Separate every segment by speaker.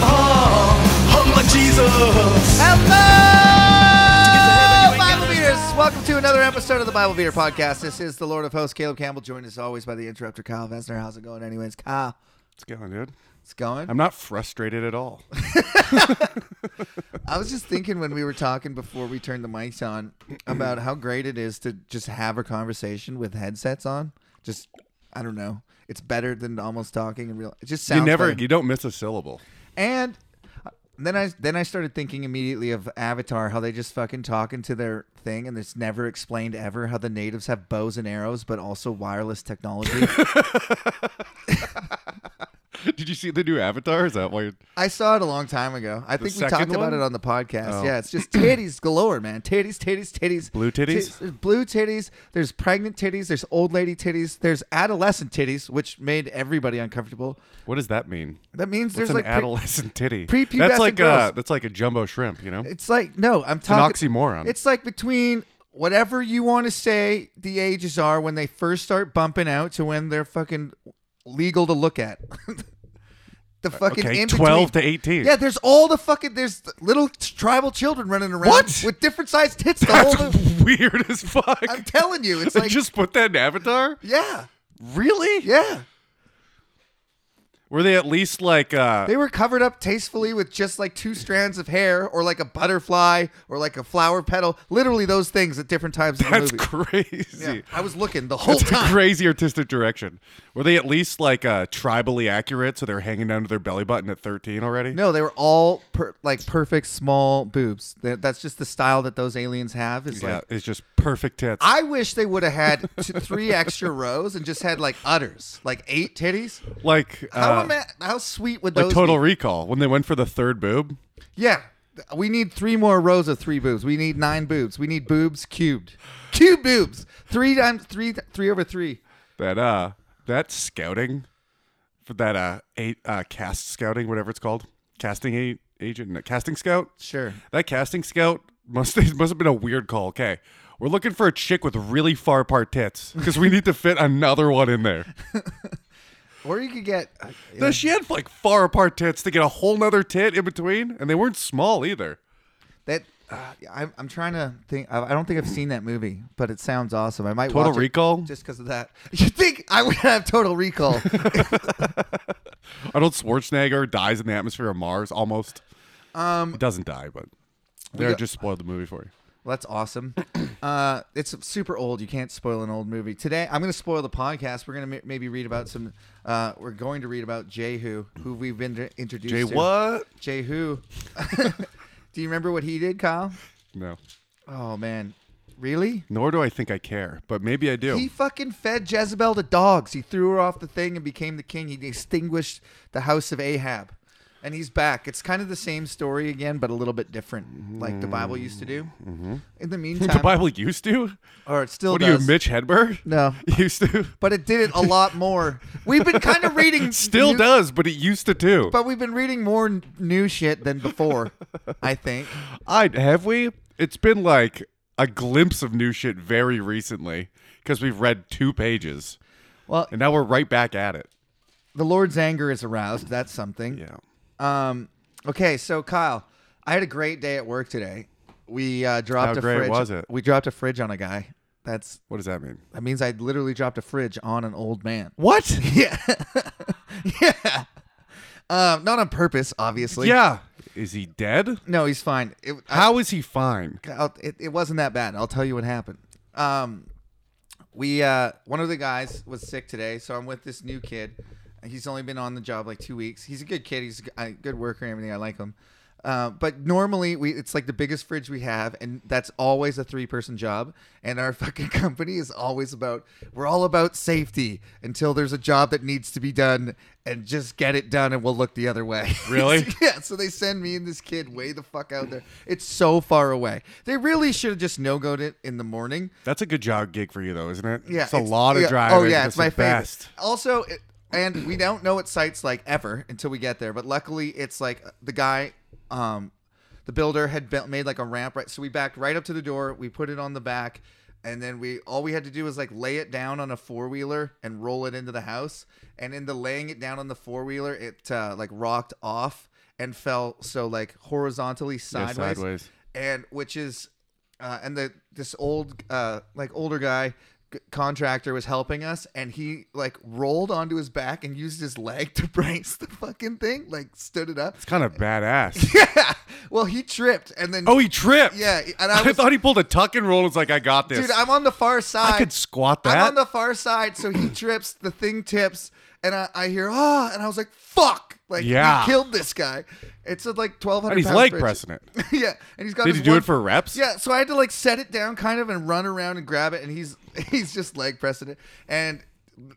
Speaker 1: Oh, to another episode of the Bible Beater Podcast. This is the Lord of Hosts, Caleb Campbell, joined as always by the interrupter, Kyle Vesner. How's it going, anyways? Kyle,
Speaker 2: It's going, dude.
Speaker 1: it's going.
Speaker 2: I'm not frustrated at all.
Speaker 1: I was just thinking when we were talking before we turned the mics on about how great it is to just have a conversation with headsets on. Just, I don't know. It's better than almost talking in real. It just sounds
Speaker 2: you never,
Speaker 1: better.
Speaker 2: you don't miss a syllable.
Speaker 1: And uh, then I then I started thinking immediately of Avatar, how they just fucking talk into their thing, and it's never explained ever how the natives have bows and arrows, but also wireless technology.
Speaker 2: Did you see the new Avatar? Is that why? you
Speaker 1: I saw it a long time ago. I think we
Speaker 2: second
Speaker 1: talked about
Speaker 2: one?
Speaker 1: it on the podcast.
Speaker 2: Oh.
Speaker 1: Yeah, it's just titties galore, man. Titties, titties, titties.
Speaker 2: Blue titties?
Speaker 1: Tit- there's blue titties. There's pregnant titties. There's old lady titties. There's adolescent titties, which made everybody uncomfortable.
Speaker 2: What does that mean?
Speaker 1: That means
Speaker 2: It's
Speaker 1: there's
Speaker 2: an
Speaker 1: like pre-
Speaker 2: adolescent titty.
Speaker 1: prepubescent
Speaker 2: that's like
Speaker 1: girls.
Speaker 2: a that's like a jumbo shrimp. You know,
Speaker 1: It's like no, I'm
Speaker 2: an
Speaker 1: talking
Speaker 2: oxymoron.
Speaker 1: It's like between whatever you want to say the ages are when they first start bumping out to when they're fucking legal to look at. the fucking
Speaker 2: Uh, okay,
Speaker 1: in
Speaker 2: twelve
Speaker 1: between.
Speaker 2: to eighteen.
Speaker 1: Yeah, there's all the fucking there's little tribal children running around
Speaker 2: What?
Speaker 1: with different sized tits. The whole
Speaker 2: that's
Speaker 1: time.
Speaker 2: weird as fuck.
Speaker 1: I'm telling you, it's
Speaker 2: they
Speaker 1: like
Speaker 2: just put that in Avatar.
Speaker 1: yeah,
Speaker 2: Really?
Speaker 1: yeah.
Speaker 2: Were they at least like? uh
Speaker 1: They were covered up tastefully with just like two strands of hair, or like a butterfly, or like a flower petal. Literally those things at different times in the
Speaker 2: That's
Speaker 1: movie.
Speaker 2: crazy.
Speaker 1: Yeah, I was looking the whole
Speaker 2: That's a
Speaker 1: time.
Speaker 2: crazy artistic direction. Were they at least like uh, tribally accurate? So they're hanging down to their belly button at thirteen already.
Speaker 1: No, they were all per- like perfect small boobs. That that's just the style that those aliens have. Is
Speaker 2: yeah,
Speaker 1: like
Speaker 2: it's just perfect tits.
Speaker 1: I wish they would have had t- three extra rows and just had like udders, like eight titties.
Speaker 2: like
Speaker 1: How
Speaker 2: uh,
Speaker 1: ama- how sweet would
Speaker 2: like
Speaker 1: those
Speaker 2: Total
Speaker 1: be?
Speaker 2: Recall when they went for the third boob.
Speaker 1: Yeah, Th- we need three more rows of three boobs. We need nine boobs. We need boobs cubed, cube boobs. Three times three, three over three.
Speaker 2: That uh, that scouting, for that uh, eight uh, cast scouting, whatever it's called, casting a- agent, no, casting scout.
Speaker 1: Sure.
Speaker 2: That casting scout must must have been a weird call. Okay, we're looking for a chick with really far apart tits because we need to fit another one in there.
Speaker 1: Or you could get. uh,
Speaker 2: No, she had like far apart tits to get a whole nother tit in between, and they weren't small either.
Speaker 1: That uh, I'm, I'm trying to think. I I don't think I've seen that movie, but it sounds awesome. I might
Speaker 2: Total
Speaker 1: watch it
Speaker 2: Recall?
Speaker 1: just because of that. You think I would have Total Recall?
Speaker 2: Arnold Schwarzenegger dies in the atmosphere of Mars almost. Um, doesn't die, but they
Speaker 1: got-
Speaker 2: just spoiled the movie for you.
Speaker 1: Well, that's awesome. Uh, it's super old. You can't spoil an old movie. Today, I'm going to spoil the podcast. We're going to ma- maybe read about some. Uh, we're going to read about Jehu, who we've been re- introduced
Speaker 2: Jay,
Speaker 1: to.
Speaker 2: what?
Speaker 1: Jehu. Do you remember what he did, Kyle?
Speaker 2: No.
Speaker 1: Oh man, really?
Speaker 2: Nor do I think I care, but maybe I do.
Speaker 1: He fucking fed Jezebel to dogs. He threw her off the thing and became the king. He extinguished the house of Ahab. And he's back. It's kind of the same story again, but a little bit different, like the Bible used to do. In the meantime,
Speaker 2: Mm-hmm. the Bible used to?
Speaker 1: or it still
Speaker 2: What are you,
Speaker 1: does.
Speaker 2: Mitch Hedberg?
Speaker 1: No.
Speaker 2: Used to?
Speaker 1: but it did it a lot more. We've been kind of reading
Speaker 2: Still
Speaker 1: new-
Speaker 2: does, but it used to too.
Speaker 1: but we've been reading more n- new shit than before. I think.
Speaker 2: I have we? It's been like a glimpse of new shit very recently because we've read two pages,
Speaker 1: Well,
Speaker 2: and now we're right back at it.
Speaker 1: the Lord's anger is aroused. That's something.
Speaker 2: Yeah.
Speaker 1: Um. Okay, so Kyle, I had a great day at work today. We uh, dropped
Speaker 2: How
Speaker 1: a
Speaker 2: great
Speaker 1: fridge.
Speaker 2: was it?
Speaker 1: We dropped a fridge on a guy. That's
Speaker 2: What does that mean?
Speaker 1: that means I literally dropped a fridge on an old man.
Speaker 2: What?
Speaker 1: Yeah, yeah. Um, not on purpose, obviously.
Speaker 2: Yeah. Is he dead?
Speaker 1: No, he's fine. It, I,
Speaker 2: How is he fine?
Speaker 1: I'll- it, it wasn't that bad. I'll tell you what happened. Um, we uh, one of the guys was sick today, so I'm with this new kid. He's only been on the job like two weeks. He's a good kid. He's a good worker and everything. I like him. Uh, but normally we it's like the biggest fridge we have, and that's always a three person job. And our fucking company is always about we're all about safety until there's a job that needs to be done, and just get it done, and we'll look the other way.
Speaker 2: Really?
Speaker 1: yeah. So they send me and this kid way the fuck out there. It's so far away. They really should have just no goed it in the morning.
Speaker 2: That's a good job gig for you, though, isn't it?
Speaker 1: Yeah,
Speaker 2: It's a lot of
Speaker 1: yeah.
Speaker 2: driving.
Speaker 1: Oh yeah,
Speaker 2: That's
Speaker 1: it's my
Speaker 2: the best.
Speaker 1: favorite. Also, it, and we don't know what site's like ever until we get there. But luckily, it's like uh, the guy, um, the builder had built, made like a ramp right. So we backed right up to the door. We put it on the back, and then we all we had to do was like lay it down on a four wheeler and roll it into the house. And in the laying it down on the four wheeler, it uh, like rocked off and fell so like horizontally sideways
Speaker 2: sideways.
Speaker 1: and which is uh, and the this old uh, like older guy c- contractor was helping us and he like rolled onto his back and used his leg to brace the fucking thing like stood it up
Speaker 2: It's kind of badass.
Speaker 1: yeah well he tripped and then
Speaker 2: oh, he tripped.
Speaker 1: yeah and i
Speaker 2: I,
Speaker 1: was
Speaker 2: thought he pulled a tuck and roll. It's like I got this.
Speaker 1: dude i'm on the far side
Speaker 2: I could squat
Speaker 1: I'm
Speaker 2: that.
Speaker 1: on the far side, so he trips, the thing tips, and I, I hear ah, and I was like, "Fuck!" Like,
Speaker 2: Yeah.
Speaker 1: he killed this guy. It's a, like twelve hundred.
Speaker 2: and he's leg pressing it.
Speaker 1: yeah, and he's got.
Speaker 2: Did
Speaker 1: his
Speaker 2: he do
Speaker 1: one-
Speaker 2: it for reps?
Speaker 1: Yeah, so I had to like set it down, kind of, and run around and grab it, and he's he's just leg pressing it, and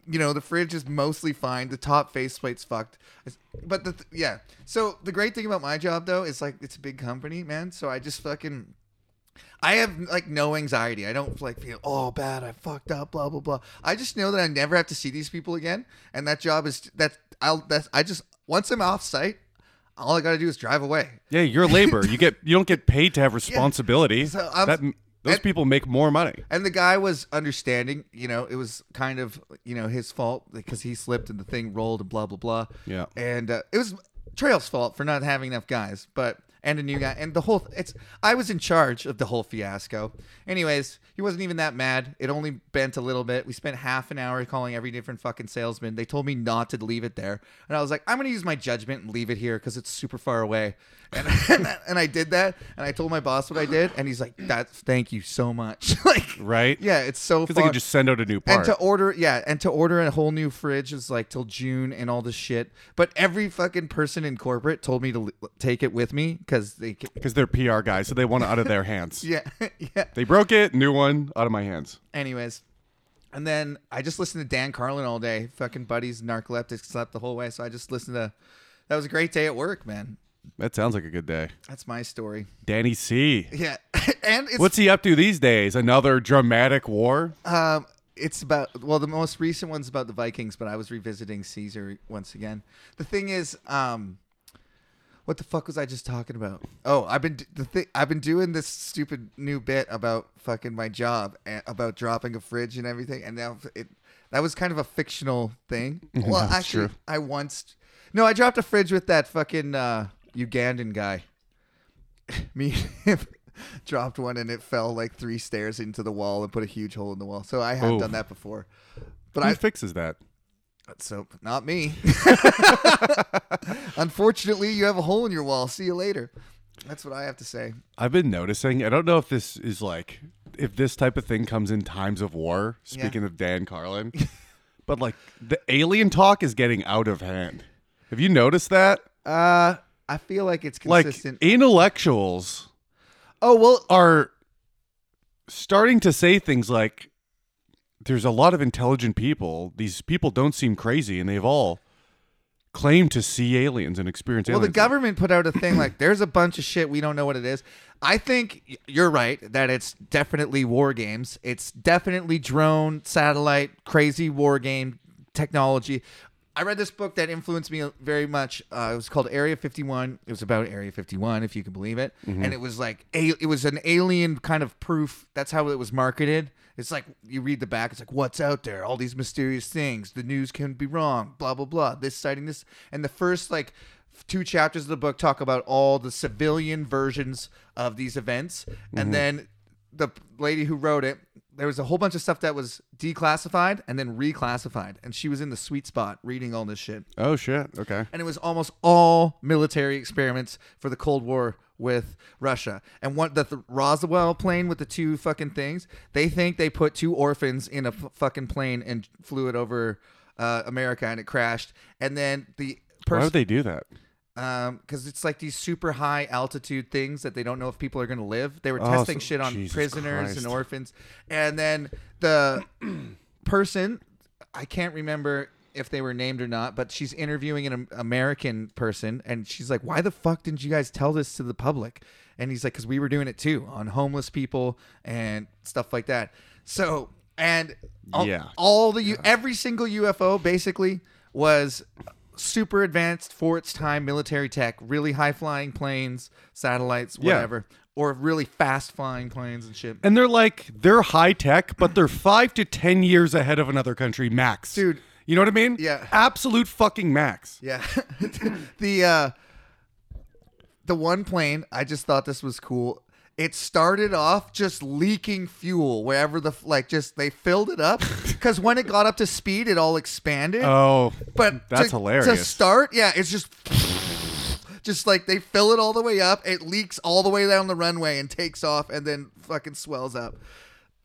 Speaker 1: you know the fridge is mostly fine. The top faceplate's fucked, It's- but the th- yeah. So the great thing about my job though is like it's a big company, man. So I just fucking. I have like no anxiety. I don't like feel oh bad. I fucked up. Blah blah blah. I just know that I never have to see these people again, and that job is that I'll that's I just once I'm off site, all I got to do is drive away.
Speaker 2: Yeah, you're labor. You get you don't get paid to have responsibility.
Speaker 1: So I'm-
Speaker 2: that, those
Speaker 1: and-
Speaker 2: people make more money.
Speaker 1: And the guy was understanding. You know, it was kind of you know his fault because he slipped and the thing rolled and blah blah blah.
Speaker 2: Yeah.
Speaker 1: And uh, it was Trail's fault for not having enough guys, but and a new guy and the whole. It's I was in charge of the whole fiasco. Anyways, he wasn't even that mad. It only bent a little bit. We spent half an hour calling every different fucking salesman. They told me not to leave it there, and I was like, I'm gonna use my judgment and leave it here because it's super far away. And, and, I- and I did that, and I told my boss what I did, and he's like, "That's thank you so much." like,
Speaker 2: Right?
Speaker 1: yeah, it's so
Speaker 2: Because they
Speaker 1: far.
Speaker 2: can just send out a new
Speaker 1: and
Speaker 2: part.
Speaker 1: to order, yeah, and to order a whole new fridge is like till June and all this shit. But every fucking person in corporate told me to l- take it with me because they, ca-
Speaker 2: Because they're PR guys, so they want it out of their hands.
Speaker 1: yeah, yeah.
Speaker 2: They broke it, new one, out of my hands.
Speaker 1: Anyways, and then I just listened to Dan Carlin all day. Fucking buddies, narcoleptic slept the whole way, so I just listened to. That was a great day at work, man.
Speaker 2: That sounds like a good day.
Speaker 1: That's my story.
Speaker 2: Danny C.
Speaker 1: Yeah, and it's
Speaker 2: What's he up to these days? Another dramatic war?
Speaker 1: Um, it's about well, the most recent one's about the Vikings, but I was revisiting Caesar once again. The thing is, um, what the fuck was I just talking about? Oh, I've been d- the thing I've been doing this stupid new bit about fucking my job and about dropping a fridge and everything, and now it that was kind of a fictional thing. Well,
Speaker 2: That's
Speaker 1: actually,
Speaker 2: true.
Speaker 1: I once no, I dropped a fridge with that fucking uh, Ugandan guy me and him dropped one and it fell like three stairs into the wall and put a huge hole in the wall. So I have
Speaker 2: Oh.
Speaker 1: done that before. But
Speaker 2: Who
Speaker 1: I
Speaker 2: fixes that?
Speaker 1: so not me. Unfortunately, you have a hole in your wall. See you later. That's what I have to say.
Speaker 2: I've been noticing. I don't know if this is like if this type of thing comes in times of war. Speaking of Dan Carlin, but like the alien talk is getting out of hand. Have you noticed that?
Speaker 1: Uh I feel like it's
Speaker 2: Like
Speaker 1: consistent.
Speaker 2: intellectuals
Speaker 1: oh well
Speaker 2: are starting to say things like, "There's a lot of intelligent people. These people don't seem crazy, and they've all claimed to see aliens and experience
Speaker 1: well the
Speaker 2: aliens."
Speaker 1: government put out a thing like there's a bunch of shit we don't know what it is. I think y- you're right that it's definitely war games. It's definitely drone, satellite, crazy war game technology. I read this book that influenced me very much. Uh, it was called Area 51. It was about Area 51, if you can believe it.
Speaker 2: Mm-hmm.
Speaker 1: And it was like a, it was an alien kind of proof. That's how it was marketed. It's like you read the back. It's like what's out there? All these mysterious things. The news can be wrong. Blah blah blah. This citing this. And the first like two chapters of the book talk about all the civilian versions of these events
Speaker 2: Mm-hmm.
Speaker 1: and then the lady who wrote it there was a whole bunch of stuff that was declassified and then reclassified and she was in the sweet spot reading all this shit
Speaker 2: Oh shit! Okay.
Speaker 1: and it was almost all military experiments for the Cold War with Russia. And what the, the Roswell plane with the two fucking things, they think they put two orphans in a f- fucking plane and flew it over uh, America and it crashed. And then the
Speaker 2: Why
Speaker 1: person
Speaker 2: would they do that?
Speaker 1: um because it's like these super high altitude things that they don't know if people are going to live they were
Speaker 2: Oh,
Speaker 1: testing
Speaker 2: so-
Speaker 1: shit on
Speaker 2: Jesus
Speaker 1: prisoners
Speaker 2: Christ.
Speaker 1: and orphans and then the person i can't remember if they were named or not but she's interviewing an Am- american person and she's like why the fuck didn't you guys tell this to the public and he's like because we were doing it too on homeless people and stuff like that so and oh, all,
Speaker 2: Yeah.
Speaker 1: all the U- every single UFO basically was super advanced for its time military tech, really high flying planes, satellites,
Speaker 2: Yeah.
Speaker 1: whatever, or really fast flying planes and shit.
Speaker 2: And they're like, they're high tech, but they're five to 10 years ahead of another country max.
Speaker 1: Dude.
Speaker 2: You know what I mean?
Speaker 1: Yeah.
Speaker 2: Absolute fucking max.
Speaker 1: Yeah. the uh the one plane, I just thought this was cool. it started off just leaking fuel wherever the f- like just they filled it up because when it got up to speed, it all expanded.
Speaker 2: Oh,
Speaker 1: but
Speaker 2: that's
Speaker 1: to, To
Speaker 2: hilarious.
Speaker 1: start, yeah, it's just. Just like they fill it all the way up, it leaks all the way down the runway and takes off and then fucking swells up.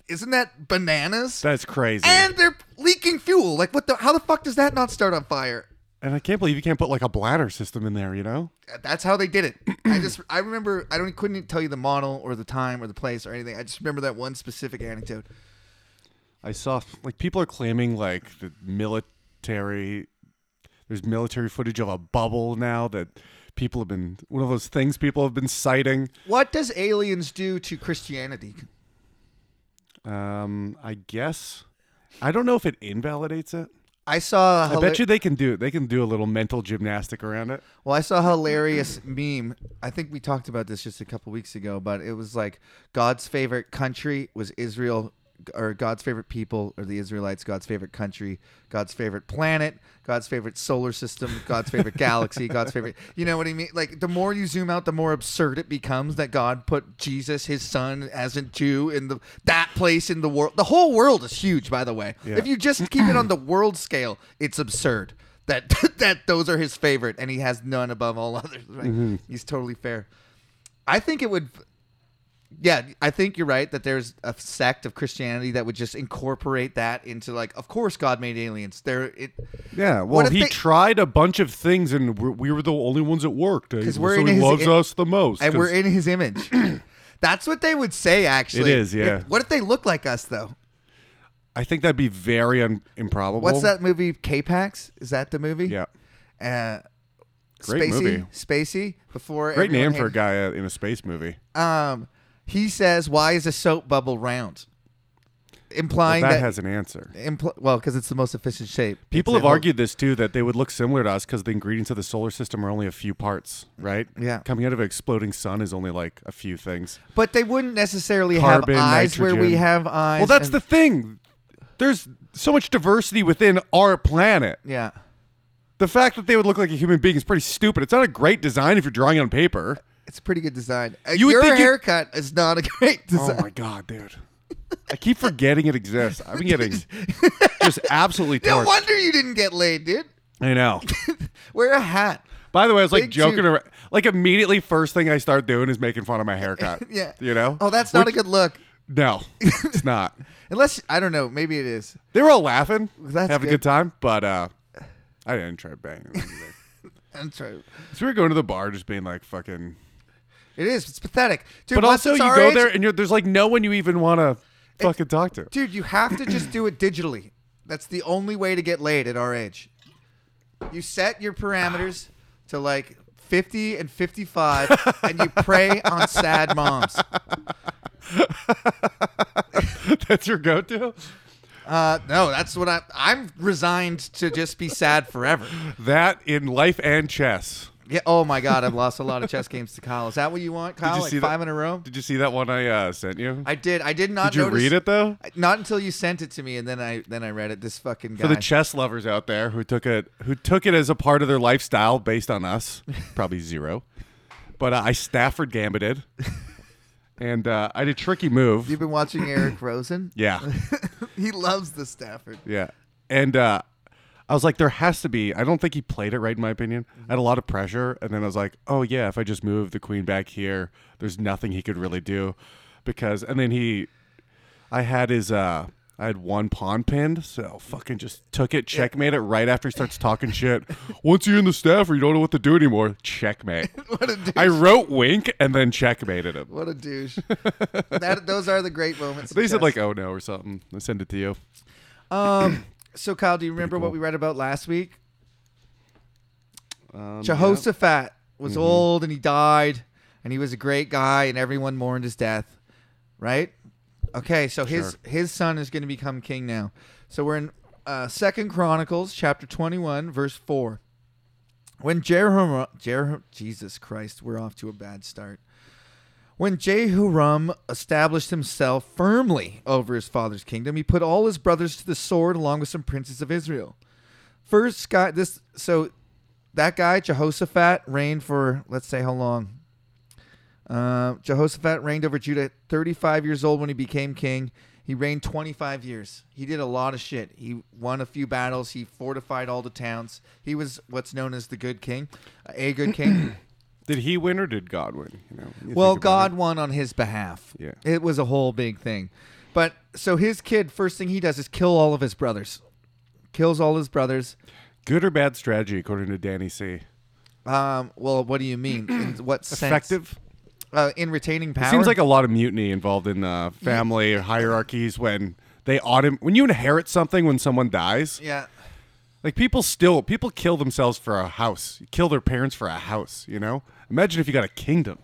Speaker 1: Isn't that bananas?
Speaker 2: that's crazy.
Speaker 1: and they're leaking fuel. Like, what the? How the fuck does that not start on fire?
Speaker 2: And I can't believe you can't put like a bladder system in there, you know?
Speaker 1: That's how they did it. I just, I remember, I don't, couldn't tell you the model or the time or the place or anything. I just remember that one specific anecdote.
Speaker 2: I saw like people are claiming like the military there's military footage of a bubble now that people have been one of those things people have been citing.
Speaker 1: What does aliens do to Christianity?
Speaker 2: Um I guess I don't know if it invalidates it.
Speaker 1: I saw, a
Speaker 2: I
Speaker 1: hila-
Speaker 2: bet you they can do it. They can do a little mental gymnastic around it.
Speaker 1: well, I saw a hilarious meme. I think we talked about this just a couple weeks ago, but it was like God's favorite country was Israel. Or God's favorite people, or the Israelites, God's favorite country, God's favorite planet, God's favorite solar system, God's favorite galaxy, God's favorite. You know what I mean? Like the more you zoom out, the more absurd it becomes that God put Jesus, His Son, as a Jew in the that place in the world. The whole world is huge, by the way.
Speaker 2: Yeah.
Speaker 1: If you just keep it on the world scale, it's absurd that that those are his favorite, and he has none above all others. Right?
Speaker 2: Mm-hmm.
Speaker 1: He's totally fair. I think it would. Yeah, I think you're right that there's a sect of Christianity that would just incorporate that into like, of course, God made aliens. There, it
Speaker 2: Yeah,
Speaker 1: What
Speaker 2: well,
Speaker 1: if
Speaker 2: he
Speaker 1: they-
Speaker 2: tried a bunch of things, and we're, we were the only ones that worked. Because
Speaker 1: we're
Speaker 2: so
Speaker 1: in
Speaker 2: he
Speaker 1: his-
Speaker 2: loves
Speaker 1: it-
Speaker 2: us the most.
Speaker 1: and we're
Speaker 2: 'cause-
Speaker 1: in His image. That's what they would say. Actually,
Speaker 2: It is, yeah.
Speaker 1: If- what if they look like us though?
Speaker 2: I think that'd be very un- improbable.
Speaker 1: What's that movie? K-Pax? Is that the movie?
Speaker 2: Yeah,
Speaker 1: Uh,
Speaker 2: Great
Speaker 1: Spacey,
Speaker 2: movie.
Speaker 1: Spacey. Before
Speaker 2: great
Speaker 1: everyone
Speaker 2: name
Speaker 1: hated-
Speaker 2: for a guy uh, in a space movie.
Speaker 1: um, he says, "Why is a soap bubble round?"
Speaker 2: Well,
Speaker 1: Implying
Speaker 2: that
Speaker 1: that,
Speaker 2: has an answer.
Speaker 1: impl- well, because it's the most efficient shape.
Speaker 2: People
Speaker 1: It's
Speaker 2: have
Speaker 1: a whole-
Speaker 2: argued this too that they would look similar to us because the ingredients of the solar system are only a few parts, right?
Speaker 1: Yeah.
Speaker 2: Coming out of an exploding sun is only like a few things.
Speaker 1: but they wouldn't necessarily
Speaker 2: Carbon,
Speaker 1: have eyes where we
Speaker 2: nitrogen.
Speaker 1: have eyes.
Speaker 2: well, that's
Speaker 1: and-
Speaker 2: the thing. There's so much diversity within our planet.
Speaker 1: yeah.
Speaker 2: The fact that they would look like a human being is pretty stupid. It's not a great design if you're drawing it on paper.
Speaker 1: It's a pretty good design. Uh,
Speaker 2: You would
Speaker 1: Your
Speaker 2: think it-
Speaker 1: haircut is not a great
Speaker 2: Oh
Speaker 1: design.
Speaker 2: my god, dude! I keep forgetting it exists. I've been getting just absolutely
Speaker 1: no
Speaker 2: torched.
Speaker 1: wonder you didn't get laid, dude.
Speaker 2: I know.
Speaker 1: Wear a hat.
Speaker 2: By the way, I was like
Speaker 1: Big
Speaker 2: joking
Speaker 1: tooth.
Speaker 2: around. Like immediately, first thing I start doing is making fun of my haircut.
Speaker 1: Yeah.
Speaker 2: you know.
Speaker 1: Oh, that's not
Speaker 2: Which-
Speaker 1: a good look.
Speaker 2: No, it's not.
Speaker 1: Unless I don't know. Maybe it is.
Speaker 2: They were all laughing,
Speaker 1: That's
Speaker 2: having a
Speaker 1: good.
Speaker 2: good time, but uh, I didn't try banging. them either.
Speaker 1: I'm sorry.
Speaker 2: so we were going to the bar, just being like fucking.
Speaker 1: It is. It's pathetic, dude.
Speaker 2: But
Speaker 1: once
Speaker 2: also, you
Speaker 1: it's our
Speaker 2: go
Speaker 1: age-
Speaker 2: there and you're, there's like no one you even want to fucking talk to.
Speaker 1: Dude, you have to just do it digitally. That's the only way to get laid at our age. You set your parameters to like 50 and 55, and you prey on sad moms.
Speaker 2: That's your go-to.
Speaker 1: Uh, no, that's what I, I'm resigned to just be sad forever.
Speaker 2: That in life and chess.
Speaker 1: Yeah. Oh my God, I've lost a lot of chess games to Kyle. Is that what you want, Kyle?
Speaker 2: you
Speaker 1: like
Speaker 2: see that-
Speaker 1: five in a row?
Speaker 2: Did you see that one I uh, sent you?
Speaker 1: I did. I did not
Speaker 2: Did you
Speaker 1: notice-
Speaker 2: read it though?
Speaker 1: I- Not until you sent it to me, and then I then I read it. This fucking guy.
Speaker 2: For the chess lovers out there who took it who took it as a part of their lifestyle based on us, probably zero. But uh, I Stafford gambited, and uh, I did a tricky move.
Speaker 1: You've been watching Eric Rosen.
Speaker 2: Yeah,
Speaker 1: he loves the Stafford.
Speaker 2: yeah, and uh, I was like, there has to be. I don't think he played it right, in my opinion. I had a lot of pressure, and then I was like, oh yeah, if I just move the queen back here, there's nothing he could really do, because. And then he, I had his. uh I had one pawn pinned, so fucking just took it, checkmate it right after he starts talking shit. Once you're in the staffer, you don't know what to do anymore. Checkmate.
Speaker 1: What a dude.
Speaker 2: I wrote wink and then checkmated him.
Speaker 1: What a douche. that those are the great moments. in
Speaker 2: They said
Speaker 1: chess.
Speaker 2: like, oh no, or something. I send it to you.
Speaker 1: um so Kyle, do you remember what we read about last week?
Speaker 2: Um, Mm-hmm.
Speaker 1: Jehoshaphat was old and he died and he was a great guy and everyone mourned his death. Right? Okay, so his his son is going to become king now. So we're in uh, 2nd Chronicles chapter 21 verse 4. When Jehoram, Jer- Jesus Christ, we're off to a bad start. When Jehoram established himself firmly over his father's kingdom, he put all his brothers to the sword along with some princes of Israel. First guy this so that guy Jehoshaphat reigned for let's say how long? Uh, Jehoshaphat reigned over Judah 35 years old when he became king. He reigned 25 years. He did a lot of shit. He won a few battles. He fortified all the towns. He was what's known as the good king, a good king.
Speaker 2: Did he win or did God win? You know, you think
Speaker 1: well,
Speaker 2: about
Speaker 1: God
Speaker 2: it.
Speaker 1: won on his behalf.
Speaker 2: Yeah.
Speaker 1: It was a whole big thing. But so his kid, first thing he does is kill all of his brothers. Kills all his brothers.
Speaker 2: Good or bad strategy, according to Danny C.
Speaker 1: Um, well, what do you mean? In what sense?
Speaker 2: Effective.
Speaker 1: Uh, in retaining power.
Speaker 2: It seems like a lot of mutiny involved in uh, family or hierarchies when they autom- when you inherit something when someone dies.
Speaker 1: yeah.
Speaker 2: Like people still people kill themselves for a house. Kill their parents for a house, you know? Imagine if you got a kingdom.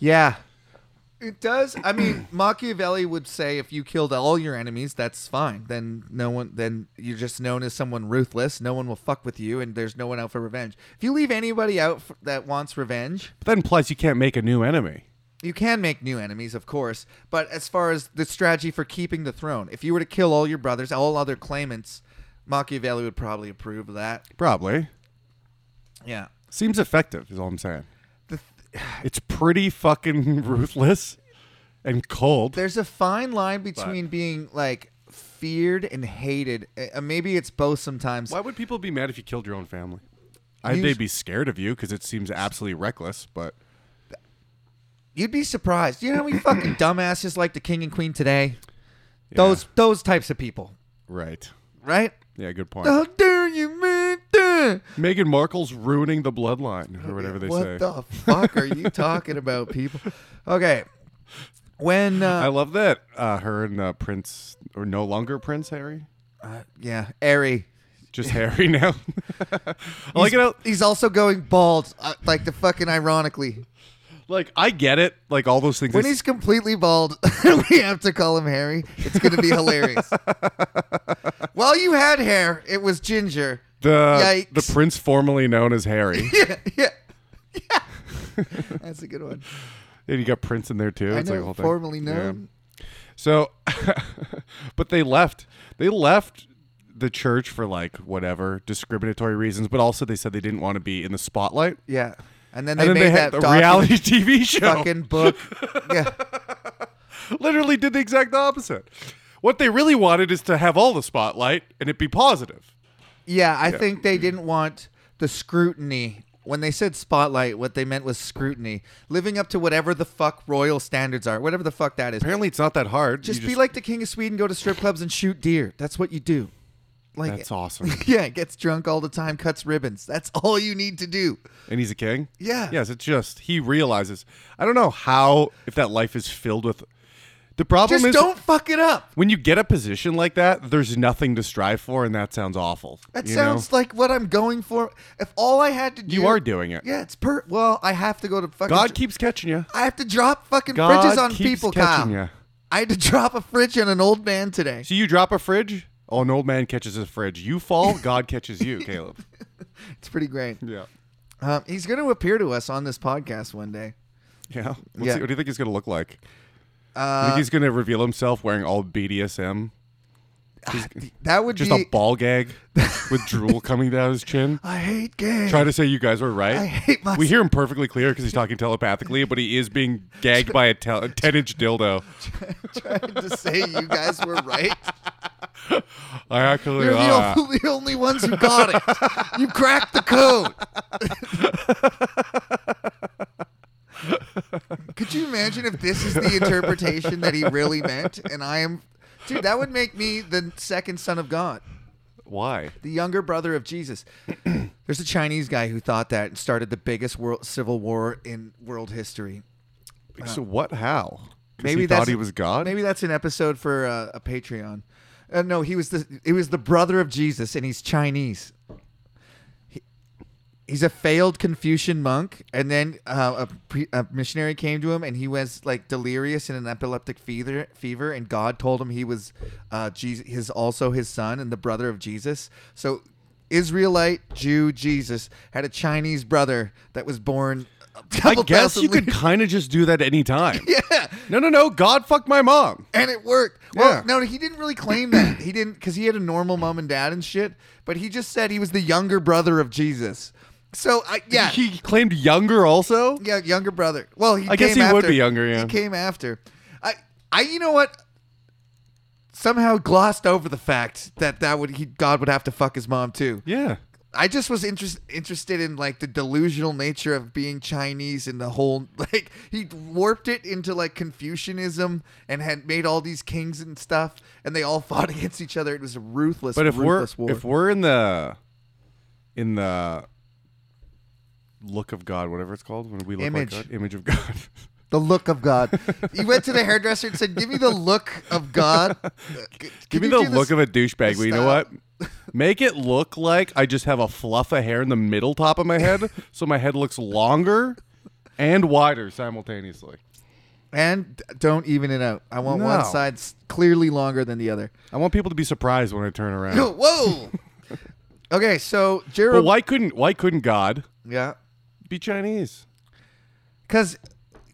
Speaker 1: Yeah. It does. I mean, Machiavelli would say if you killed all your enemies, that's fine. Then no one, then you're just known as someone ruthless. No one will fuck with you, and there's no one out for revenge. If you leave anybody out f that wants revenge,
Speaker 2: But that implies you can't make a new enemy.
Speaker 1: you can make new enemies, of course. But as far as the strategy for keeping the throne, if you were to kill all your brothers, all other claimants, Machiavelli would probably approve of that.
Speaker 2: Probably.
Speaker 1: Yeah.
Speaker 2: Seems effective, is all I'm saying. it's pretty fucking ruthless and cold.
Speaker 1: There's a fine line between being like feared and hated. Uh, maybe it's both sometimes.
Speaker 2: Why would people be mad if you killed your own family? I,
Speaker 1: You-
Speaker 2: they'd be scared of you because it seems absolutely reckless. But
Speaker 1: You'd be surprised. You know how many fucking dumbasses like the king and queen today? Those those types of people,
Speaker 2: right,
Speaker 1: right?
Speaker 2: yeah, good point.
Speaker 1: How dare you, man? Duh.
Speaker 2: Meghan Markle's ruining the bloodline, or whatever they
Speaker 1: what
Speaker 2: say.
Speaker 1: the fuck are you talking about, people? Okay. When
Speaker 2: I
Speaker 1: uh,
Speaker 2: love that uh, her and uh, Prince, or no longer Prince Harry,
Speaker 1: uh, yeah, Airy.
Speaker 2: just Harry now. I like it. Out,
Speaker 1: He's also going bald, uh, like the fucking ironically.
Speaker 2: like I get it. Like all those things.
Speaker 1: When
Speaker 2: they-
Speaker 1: he's completely bald, we have to call him Harry. It's gonna be hilarious. While you had hair, it was ginger.
Speaker 2: the
Speaker 1: Yikes.
Speaker 2: the prince formerly known as Harry,
Speaker 1: yeah, yeah, yeah. That's a good one.
Speaker 2: and you got Prince in there too.
Speaker 1: I
Speaker 2: it's like a
Speaker 1: know,
Speaker 2: whole thing.
Speaker 1: formerly
Speaker 2: Yeah.
Speaker 1: known.
Speaker 2: So, but they left. They left the church for like whatever discriminatory reasons, but also they said they didn't want to be in the spotlight.
Speaker 1: Yeah. And then they
Speaker 2: And then
Speaker 1: made
Speaker 2: they
Speaker 1: that
Speaker 2: had a
Speaker 1: docu-
Speaker 2: reality TV show.
Speaker 1: fucking book. Yeah.
Speaker 2: Literally did the exact opposite. What they really wanted is to have all the spotlight and it be positive.
Speaker 1: Yeah, I think they didn't want the scrutiny. When they said spotlight, what they meant was scrutiny. Living up to whatever the fuck royal standards are, whatever the fuck that is.
Speaker 2: Apparently, it's not that hard.
Speaker 1: Just,
Speaker 2: You
Speaker 1: be like the king of Sweden, go to strip clubs and shoot deer. That's what you do. Like eh.
Speaker 2: that's awesome.
Speaker 1: Yeah, gets drunk all the time, cuts ribbons. That's all you need to do.
Speaker 2: and he's a king.
Speaker 1: Yeah.
Speaker 2: Yes, it's just he realizes. I don't know how if that life is filled with. The problem
Speaker 1: Just
Speaker 2: is
Speaker 1: don't fuck it up.
Speaker 2: when you get a position like that, there's nothing to strive for, and that sounds awful.
Speaker 1: That
Speaker 2: you
Speaker 1: sounds like what I'm going for. If all I had to do
Speaker 2: Know? You are doing it.
Speaker 1: Yeah, it's per. Well, I have to go to fucking.
Speaker 2: God keeps catching you.
Speaker 1: I have to drop fucking
Speaker 2: God
Speaker 1: fridges on
Speaker 2: keeps
Speaker 1: people, Kyle.
Speaker 2: catching ya.
Speaker 1: I had to drop a fridge on an old man today.
Speaker 2: So you drop a fridge. Oh, an old man catches a fridge. You fall. God catches you, Caleb.
Speaker 1: It's pretty great.
Speaker 2: Yeah.
Speaker 1: Um, he's going to appear to us on this podcast one day.
Speaker 2: Yeah. What's
Speaker 1: Yeah.
Speaker 2: he- what do you think he's gonna look like? I think
Speaker 1: Uh,
Speaker 2: he's gonna reveal himself wearing all BDSM,
Speaker 1: that would
Speaker 2: just
Speaker 1: be.
Speaker 2: a ball gag with drool coming down his chin.
Speaker 1: I hate gays.
Speaker 2: Try to say you guys were right.
Speaker 1: I hate myself.
Speaker 2: we hear him perfectly clear because he's talking telepathically, but he is being gagged by a tel- a ten-inch dildo.
Speaker 1: Trying to say you guys were right.
Speaker 2: I actually
Speaker 1: You're
Speaker 2: uh,
Speaker 1: the, only, the only ones who got it. You cracked the code. Could you imagine if this is the interpretation that he really meant? And I am, dude, that would make me the second son of God,
Speaker 2: Why?
Speaker 1: the younger brother of Jesus. There's a Chinese guy who thought that and started the biggest world civil war in world history. Uh,
Speaker 2: So what? How?
Speaker 1: Maybe
Speaker 2: Maybe he
Speaker 1: that's
Speaker 2: thought he
Speaker 1: a-
Speaker 2: was God.
Speaker 1: Maybe that's an episode for uh, a Patreon. Uh, no, he was the it was the brother of Jesus, and he's Chinese. He- He's a failed Confucian monk, and then uh, a, pre- a missionary came to him, and he was like delirious in an epileptic fever. Fever, and God told him he was uh, Jesus, his also his son and the brother of Jesus. So, Israelite Jew Jesus had a Chinese brother that was born. uh, a
Speaker 2: I
Speaker 1: couple
Speaker 2: guess
Speaker 1: thousand
Speaker 2: you could
Speaker 1: years-
Speaker 2: kind of just do that anytime.
Speaker 1: Yeah,
Speaker 2: No, no, no. God fucked my mom.
Speaker 1: and it worked. Well,
Speaker 2: Yeah.
Speaker 1: no, he didn't really claim that. He didn't because he had a normal mom and dad and shit. But he just said he was the younger brother of Jesus. So I yeah
Speaker 2: He claimed younger also?
Speaker 1: yeah younger brother. Well, he
Speaker 2: I guess
Speaker 1: came
Speaker 2: he would
Speaker 1: after-
Speaker 2: be younger, yeah.
Speaker 1: He came after. I I you know what? Somehow glossed over the fact that that would he God would have to fuck his mom too.
Speaker 2: Yeah.
Speaker 1: I just was interest, interested in like the delusional nature of being Chinese and the whole like he warped it into like Confucianism and had made all these kings and stuff and they all fought against each other. It was a ruthless,
Speaker 2: But if we're
Speaker 1: ruthless war.
Speaker 2: if we're in the in the look of God, whatever it's called, when we look
Speaker 1: Image.
Speaker 2: like God, image of God.
Speaker 1: the look of God. he went to the hairdresser and said, "Give me the look of God."
Speaker 2: Give me the look of a douchebag.
Speaker 1: this
Speaker 2: Well, you know
Speaker 1: style?
Speaker 2: what? Make it look like I just have a fluff of hair in the middle top of my head, so my head looks longer and wider simultaneously.
Speaker 1: and don't even it out. I want
Speaker 2: No.
Speaker 1: one side s- clearly longer than the other.
Speaker 2: I want people to be surprised when I turn around.
Speaker 1: Whoa. okay, so
Speaker 2: But
Speaker 1: Gerald.
Speaker 2: why couldn't why couldn't God
Speaker 1: yeah.
Speaker 2: be Chinese?
Speaker 1: because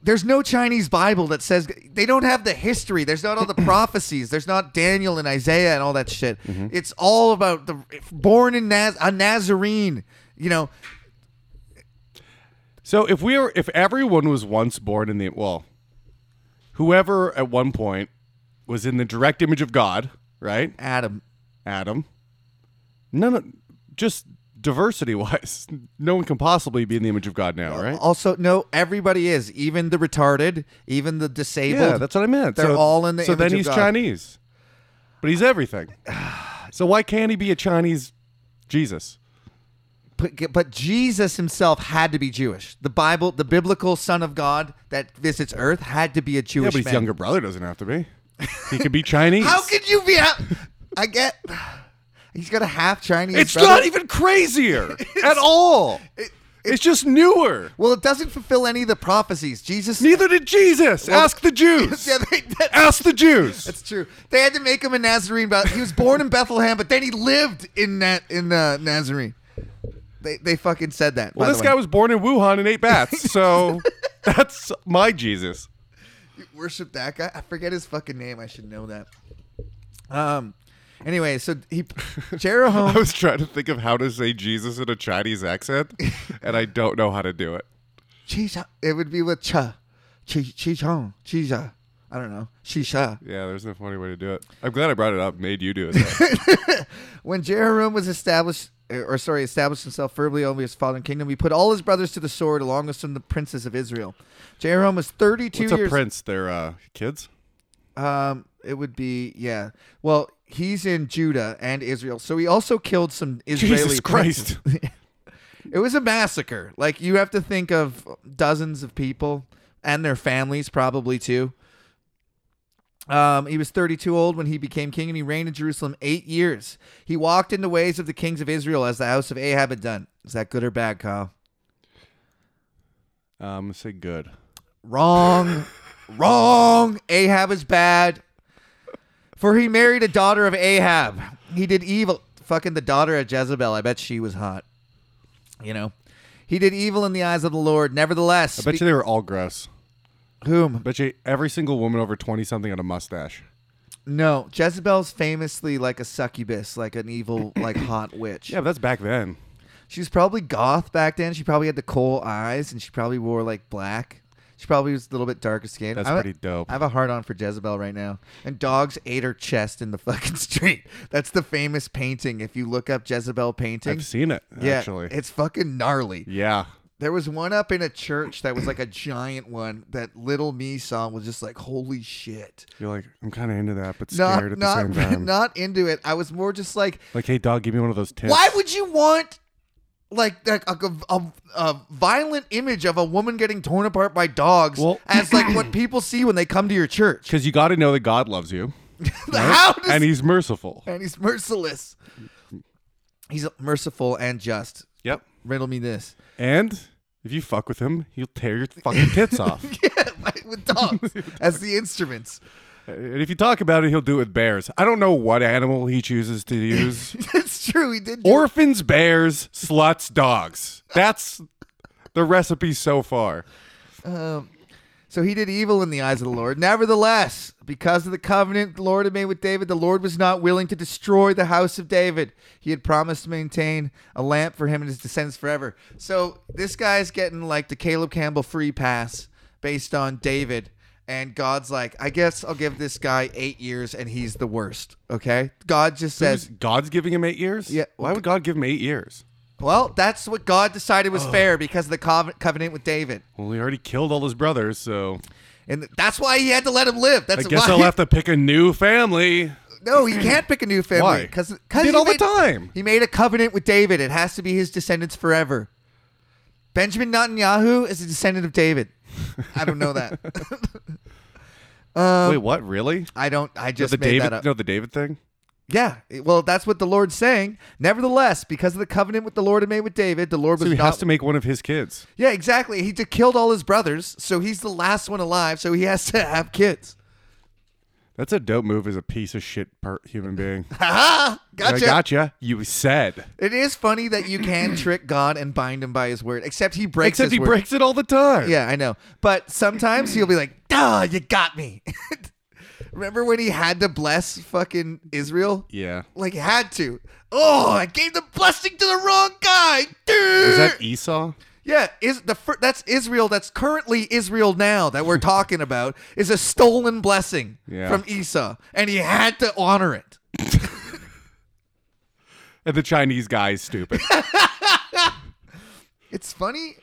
Speaker 1: there's no Chinese Bible that says they don't have the history. There's not all the prophecies. There's not Daniel and Isaiah and all that shit.
Speaker 2: Mm-hmm.
Speaker 1: It's all about the born in Naz- a Nazarene. You know,
Speaker 2: So if we were, if everyone was once born in the well, whoever at one point was in the direct image of God, right?
Speaker 1: Adam.
Speaker 2: Adam. None of just diversity wise, no one can possibly be in the image of God now, right?
Speaker 1: Also, no, everybody is. Even the retarded, even the disabled.
Speaker 2: Yeah, that's what I meant.
Speaker 1: They're
Speaker 2: so,
Speaker 1: all in the
Speaker 2: So
Speaker 1: image
Speaker 2: then
Speaker 1: of
Speaker 2: he's
Speaker 1: God.
Speaker 2: Chinese, but he's everything. so why can't he be a Chinese Jesus?
Speaker 1: but, but Jesus himself had to be Jewish. The Bible, the biblical Son of God that visits Earth, had to be a Jewish
Speaker 2: Yeah, but his
Speaker 1: man.
Speaker 2: younger brother doesn't have to be. He could be Chinese.
Speaker 1: How could you be? out- I get. He's got a half Chinese.
Speaker 2: It's
Speaker 1: brother.
Speaker 2: not even crazier at all. it's just newer.
Speaker 1: Well, it doesn't fulfill any of the prophecies. Jesus.
Speaker 2: Neither did Jesus. Ask the Jews.
Speaker 1: Yeah, they- that-
Speaker 2: Ask the Jews.
Speaker 1: that's true. They had to make him a Nazarene, but he was born in Bethlehem, but then he lived in that in uh, Nazarene. They they fucking said that.
Speaker 2: Well,
Speaker 1: by
Speaker 2: this
Speaker 1: the way.
Speaker 2: guy was born in Wuhan and ate bats, so that's my Jesus.
Speaker 1: worship that guy. I forget his fucking name. I should know that. Um. Anyway, so he
Speaker 2: I
Speaker 1: Jeroham.
Speaker 2: was trying to think of how to say Jesus in a Chinese accent, and I don't know how to do it.
Speaker 1: Chisha. It would be with cha, chi chichong chisha. I don't know shisha.
Speaker 2: Yeah, there's no funny way to do it. I'm glad I brought it up. Made you do it. though.
Speaker 1: When Jehoram was established, er, or sorry, established himself firmly over his father's kingdom, he put all his brothers to the sword, along with some of the princes of Israel. Jehoram was 32
Speaker 2: What's a
Speaker 1: years.
Speaker 2: prince? They're uh, kids.
Speaker 1: Um, it would be yeah. Well, he's in Judah and Israel, so he also killed some Israeli.
Speaker 2: Jesus Christ.
Speaker 1: princes. it was a massacre. Like you have to think of dozens of people and their families, probably too. Um, he was 32 old when he became king, and he reigned in Jerusalem eight years. He walked in the ways of the kings of Israel, as the house of Ahab had done. Is that good or bad, Kyle?
Speaker 2: Um, say good.
Speaker 1: Wrong. Wrong. Ahab is bad. For he married a daughter of Ahab. He did evil. Fucking the daughter of Jezebel. I bet she was hot. You know? He did evil in the eyes of the Lord. Nevertheless,
Speaker 2: I bet you they were all gross.
Speaker 1: spe- whom?
Speaker 2: Bet you every single woman over twenty something had a mustache.
Speaker 1: No. Jezebel's famously like a succubus, like an evil, like hot witch.
Speaker 2: Yeah, but that's back then.
Speaker 1: She was probably goth back then. She probably had the coal eyes and she probably wore like black. She probably was a little bit darker skinned.
Speaker 2: That's
Speaker 1: I'm-
Speaker 2: pretty dope.
Speaker 1: I have a hard on for Jezebel right now. And dogs ate her chest in the fucking street. That's the famous painting. If you look up Jezebel painting,
Speaker 2: I've seen it
Speaker 1: yeah,
Speaker 2: actually.
Speaker 1: it's fucking gnarly.
Speaker 2: yeah.
Speaker 1: There was one up in a church that was like a giant one that little me saw and was just like, holy shit.
Speaker 2: You're like, I'm kind of into that, but
Speaker 1: Not,
Speaker 2: scared at the same
Speaker 1: not,
Speaker 2: time.
Speaker 1: not into it. I was more just like,
Speaker 2: like, hey, dog, give me one of those tips.
Speaker 1: Why would you want like like a, a, a violent image of a woman getting torn apart by dogs
Speaker 2: Well-
Speaker 1: as like what people see when they come to your church?
Speaker 2: Because you got to know that God loves you,
Speaker 1: How does
Speaker 2: and He's merciful.
Speaker 1: and he's merciless. He's merciful and just.
Speaker 2: Yep.
Speaker 1: Riddle me this.
Speaker 2: And if you fuck with Him, He'll tear your fucking tits off.
Speaker 1: Yeah, like with dogs as the instruments.
Speaker 2: And if you talk about it, He'll do it with bears. I don't know what animal He chooses to use.
Speaker 1: That's true. He did. do-
Speaker 2: Orphans, bears, sluts, dogs. That's the recipe so far.
Speaker 1: So he did evil in the eyes of the Lord. Nevertheless, because of the covenant the Lord had made with David, the Lord was not willing to destroy the house of David. He had promised to maintain a lamp for him and his descendants forever. So this guy's getting like the Caleb Campbell free pass based on David. And God's like, I guess I'll give this guy eight years and he's the worst. Okay? God just says,
Speaker 2: Who's- God's giving him eight years.
Speaker 1: Yeah,
Speaker 2: Why would God give him eight years?
Speaker 1: well, that's what God decided was fair because of the cov- covenant with David.
Speaker 2: Well, he already killed all his brothers, so
Speaker 1: And that's why he had to let him live. That's
Speaker 2: I guess
Speaker 1: why
Speaker 2: I'll have to pick a new family.
Speaker 1: No, he can't pick a new family
Speaker 2: Why?
Speaker 1: because
Speaker 2: He did all the time.
Speaker 1: He made a covenant with David. It has to be his descendants forever. Benjamin Netanyahu is a descendant of David. I don't know that.
Speaker 2: Wait, what? Really?
Speaker 1: I don't. I Um, just
Speaker 2: the
Speaker 1: made
Speaker 2: David?
Speaker 1: that up.
Speaker 2: No, the David thing.
Speaker 1: Yeah. it- Well, that's what the Lord's saying. Nevertheless, because of the covenant with the Lord had made with David, the Lord was
Speaker 2: So he
Speaker 1: not.
Speaker 2: has to make one of his kids.
Speaker 1: yeah, exactly. He just killed all his brothers, so he's the last one alive. So he has to have kids.
Speaker 2: That's a dope move as a piece of shit per- human being.
Speaker 1: Ha ha!
Speaker 2: I
Speaker 1: Gotcha.
Speaker 2: gotcha. You said.
Speaker 1: It is funny that you can trick God and bind him by His word, except He breaks.
Speaker 2: Except
Speaker 1: his
Speaker 2: he
Speaker 1: word.
Speaker 2: breaks it all the time.
Speaker 1: Yeah, I know. But sometimes he'll be like, "Ah, you got me." Remember when he had to bless fucking Israel?
Speaker 2: Yeah.
Speaker 1: Like had to. Oh, I gave the blessing to the wrong guy. Dude.
Speaker 2: Is that Esau?
Speaker 1: yeah, is the fir- that's Israel that's currently Israel now that we're talking about is a stolen blessing
Speaker 2: Yeah.
Speaker 1: from Esau and he had to honor it.
Speaker 2: And the Chinese guy is stupid.
Speaker 1: It's funny.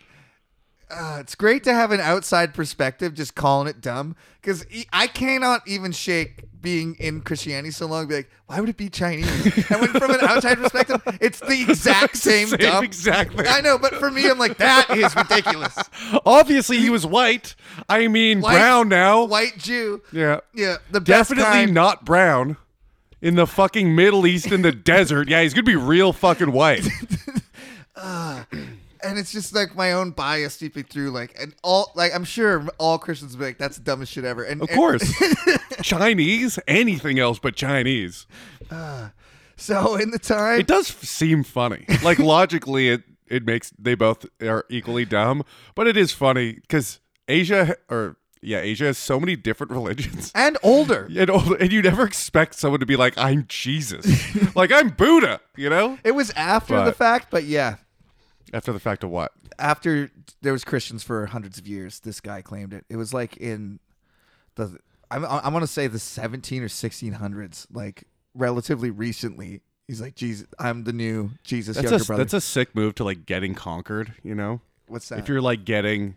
Speaker 1: Uh, it's great to have an outside perspective, just calling it dumb. Because I cannot even shake being in Christianity so long. Be like, why would it be Chinese? and when from an outside perspective, it's the exact same,
Speaker 2: Same
Speaker 1: dumb.
Speaker 2: exact thing.
Speaker 1: I know, but for me, I'm like, that is ridiculous.
Speaker 2: Obviously, he was white. I mean,
Speaker 1: White-
Speaker 2: brown now.
Speaker 1: White Jew.
Speaker 2: Yeah.
Speaker 1: Yeah, the best
Speaker 2: Definitely
Speaker 1: kind.
Speaker 2: not brown. In the fucking Middle East in the desert. Yeah, he's going to be real fucking white.
Speaker 1: and it's just like my own bias seeping through. Like, and all like I'm sure all Christians would be like, that's the dumbest shit ever. And
Speaker 2: Of
Speaker 1: and-
Speaker 2: course. Chinese, anything else but Chinese.
Speaker 1: so in the time,
Speaker 2: It does f- seem funny. Like logically it it makes they both are equally dumb, but it is funny cuz Asia or yeah, Asia has so many different religions.
Speaker 1: and older.
Speaker 2: And, all- and you never expect someone to be like, I'm Jesus. like, I'm Buddha, you know?
Speaker 1: It was after the
Speaker 2: But-
Speaker 1: fact, but yeah,
Speaker 2: After the fact of what?
Speaker 1: after there was Christians for hundreds of years, this guy claimed it. It was like in the I'm I want to say the 17 or 1600s, like relatively recently. He's like Jesus, I'm the new Jesus
Speaker 2: That's
Speaker 1: younger
Speaker 2: a,
Speaker 1: brother.
Speaker 2: that's a sick move to like getting conquered, you know?
Speaker 1: What's
Speaker 2: If
Speaker 1: that?
Speaker 2: you're like getting.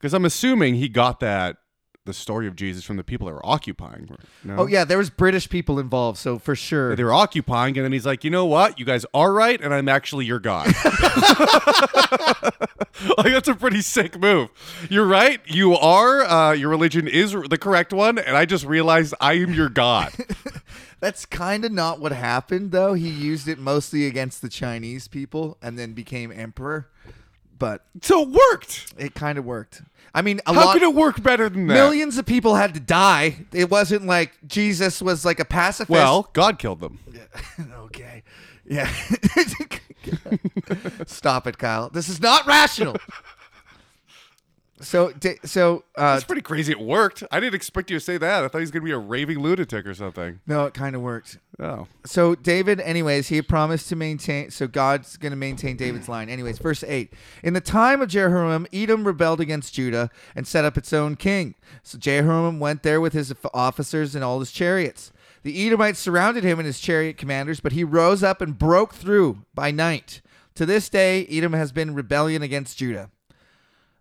Speaker 2: Because I'm assuming he got that, the story of Jesus from the people that were occupying. No?
Speaker 1: Oh yeah, there was British people involved, so for sure.
Speaker 2: They were occupying, and then he's like, you know what? You guys are right, and I'm actually your God. like, that's a pretty sick move. You're right. You are. Uh, your religion is the correct one, and I just realized I am your God.
Speaker 1: That's kind of not what happened though. He used it mostly against the Chinese people and then became emperor, but
Speaker 2: so it worked.
Speaker 1: it kind of worked. I mean, a
Speaker 2: How
Speaker 1: lot
Speaker 2: could it work better than that?
Speaker 1: Millions of people had to die. It wasn't like Jesus was like a pacifist.
Speaker 2: Well, God killed them.
Speaker 1: okay. Yeah. Stop it, Kyle. This is not rational. So, da- so uh,
Speaker 2: That's pretty crazy. It worked. I didn't expect you to say that. I thought he was going to be a raving lunatic or something.
Speaker 1: no, it kind of worked.
Speaker 2: Oh.
Speaker 1: So David, anyways, he had promised to maintain. So God's going to maintain David's line. Anyways, verse eight. In the time of Jehoram, Edom rebelled against Judah and set up its own king. So Jehoram went there with his officers and all his chariots. The Edomites surrounded him and his chariot commanders, but he rose up and broke through by night. To this day, Edom has been rebellion against Judah.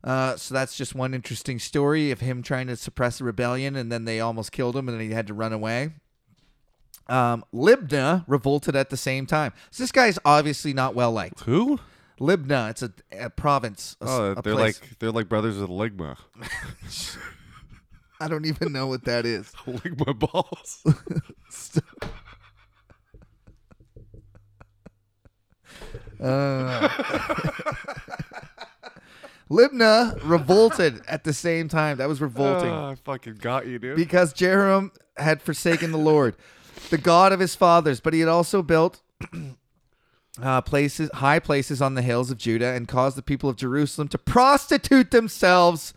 Speaker 1: Uh, so that's just one interesting story of him trying to suppress a rebellion, and then they almost killed him, and then he had to run away. Um, Libna revolted at the same time. So this guy's obviously not well liked.
Speaker 2: Who?
Speaker 1: Libna, it's a, a province. a s-
Speaker 2: Oh,
Speaker 1: a
Speaker 2: they're
Speaker 1: place.
Speaker 2: like they're like brothers of the Ligma.
Speaker 1: I don't even know what that is.
Speaker 2: Ligma balls.
Speaker 1: Uh. Libna revolted at the same time. That was revolting.
Speaker 2: Ah, I fucking got you, dude.
Speaker 1: because Jehoram had forsaken the Lord, the God of his fathers, but he had also built uh, places, high places on the hills of Judah, and caused the people of Jerusalem to prostitute themselves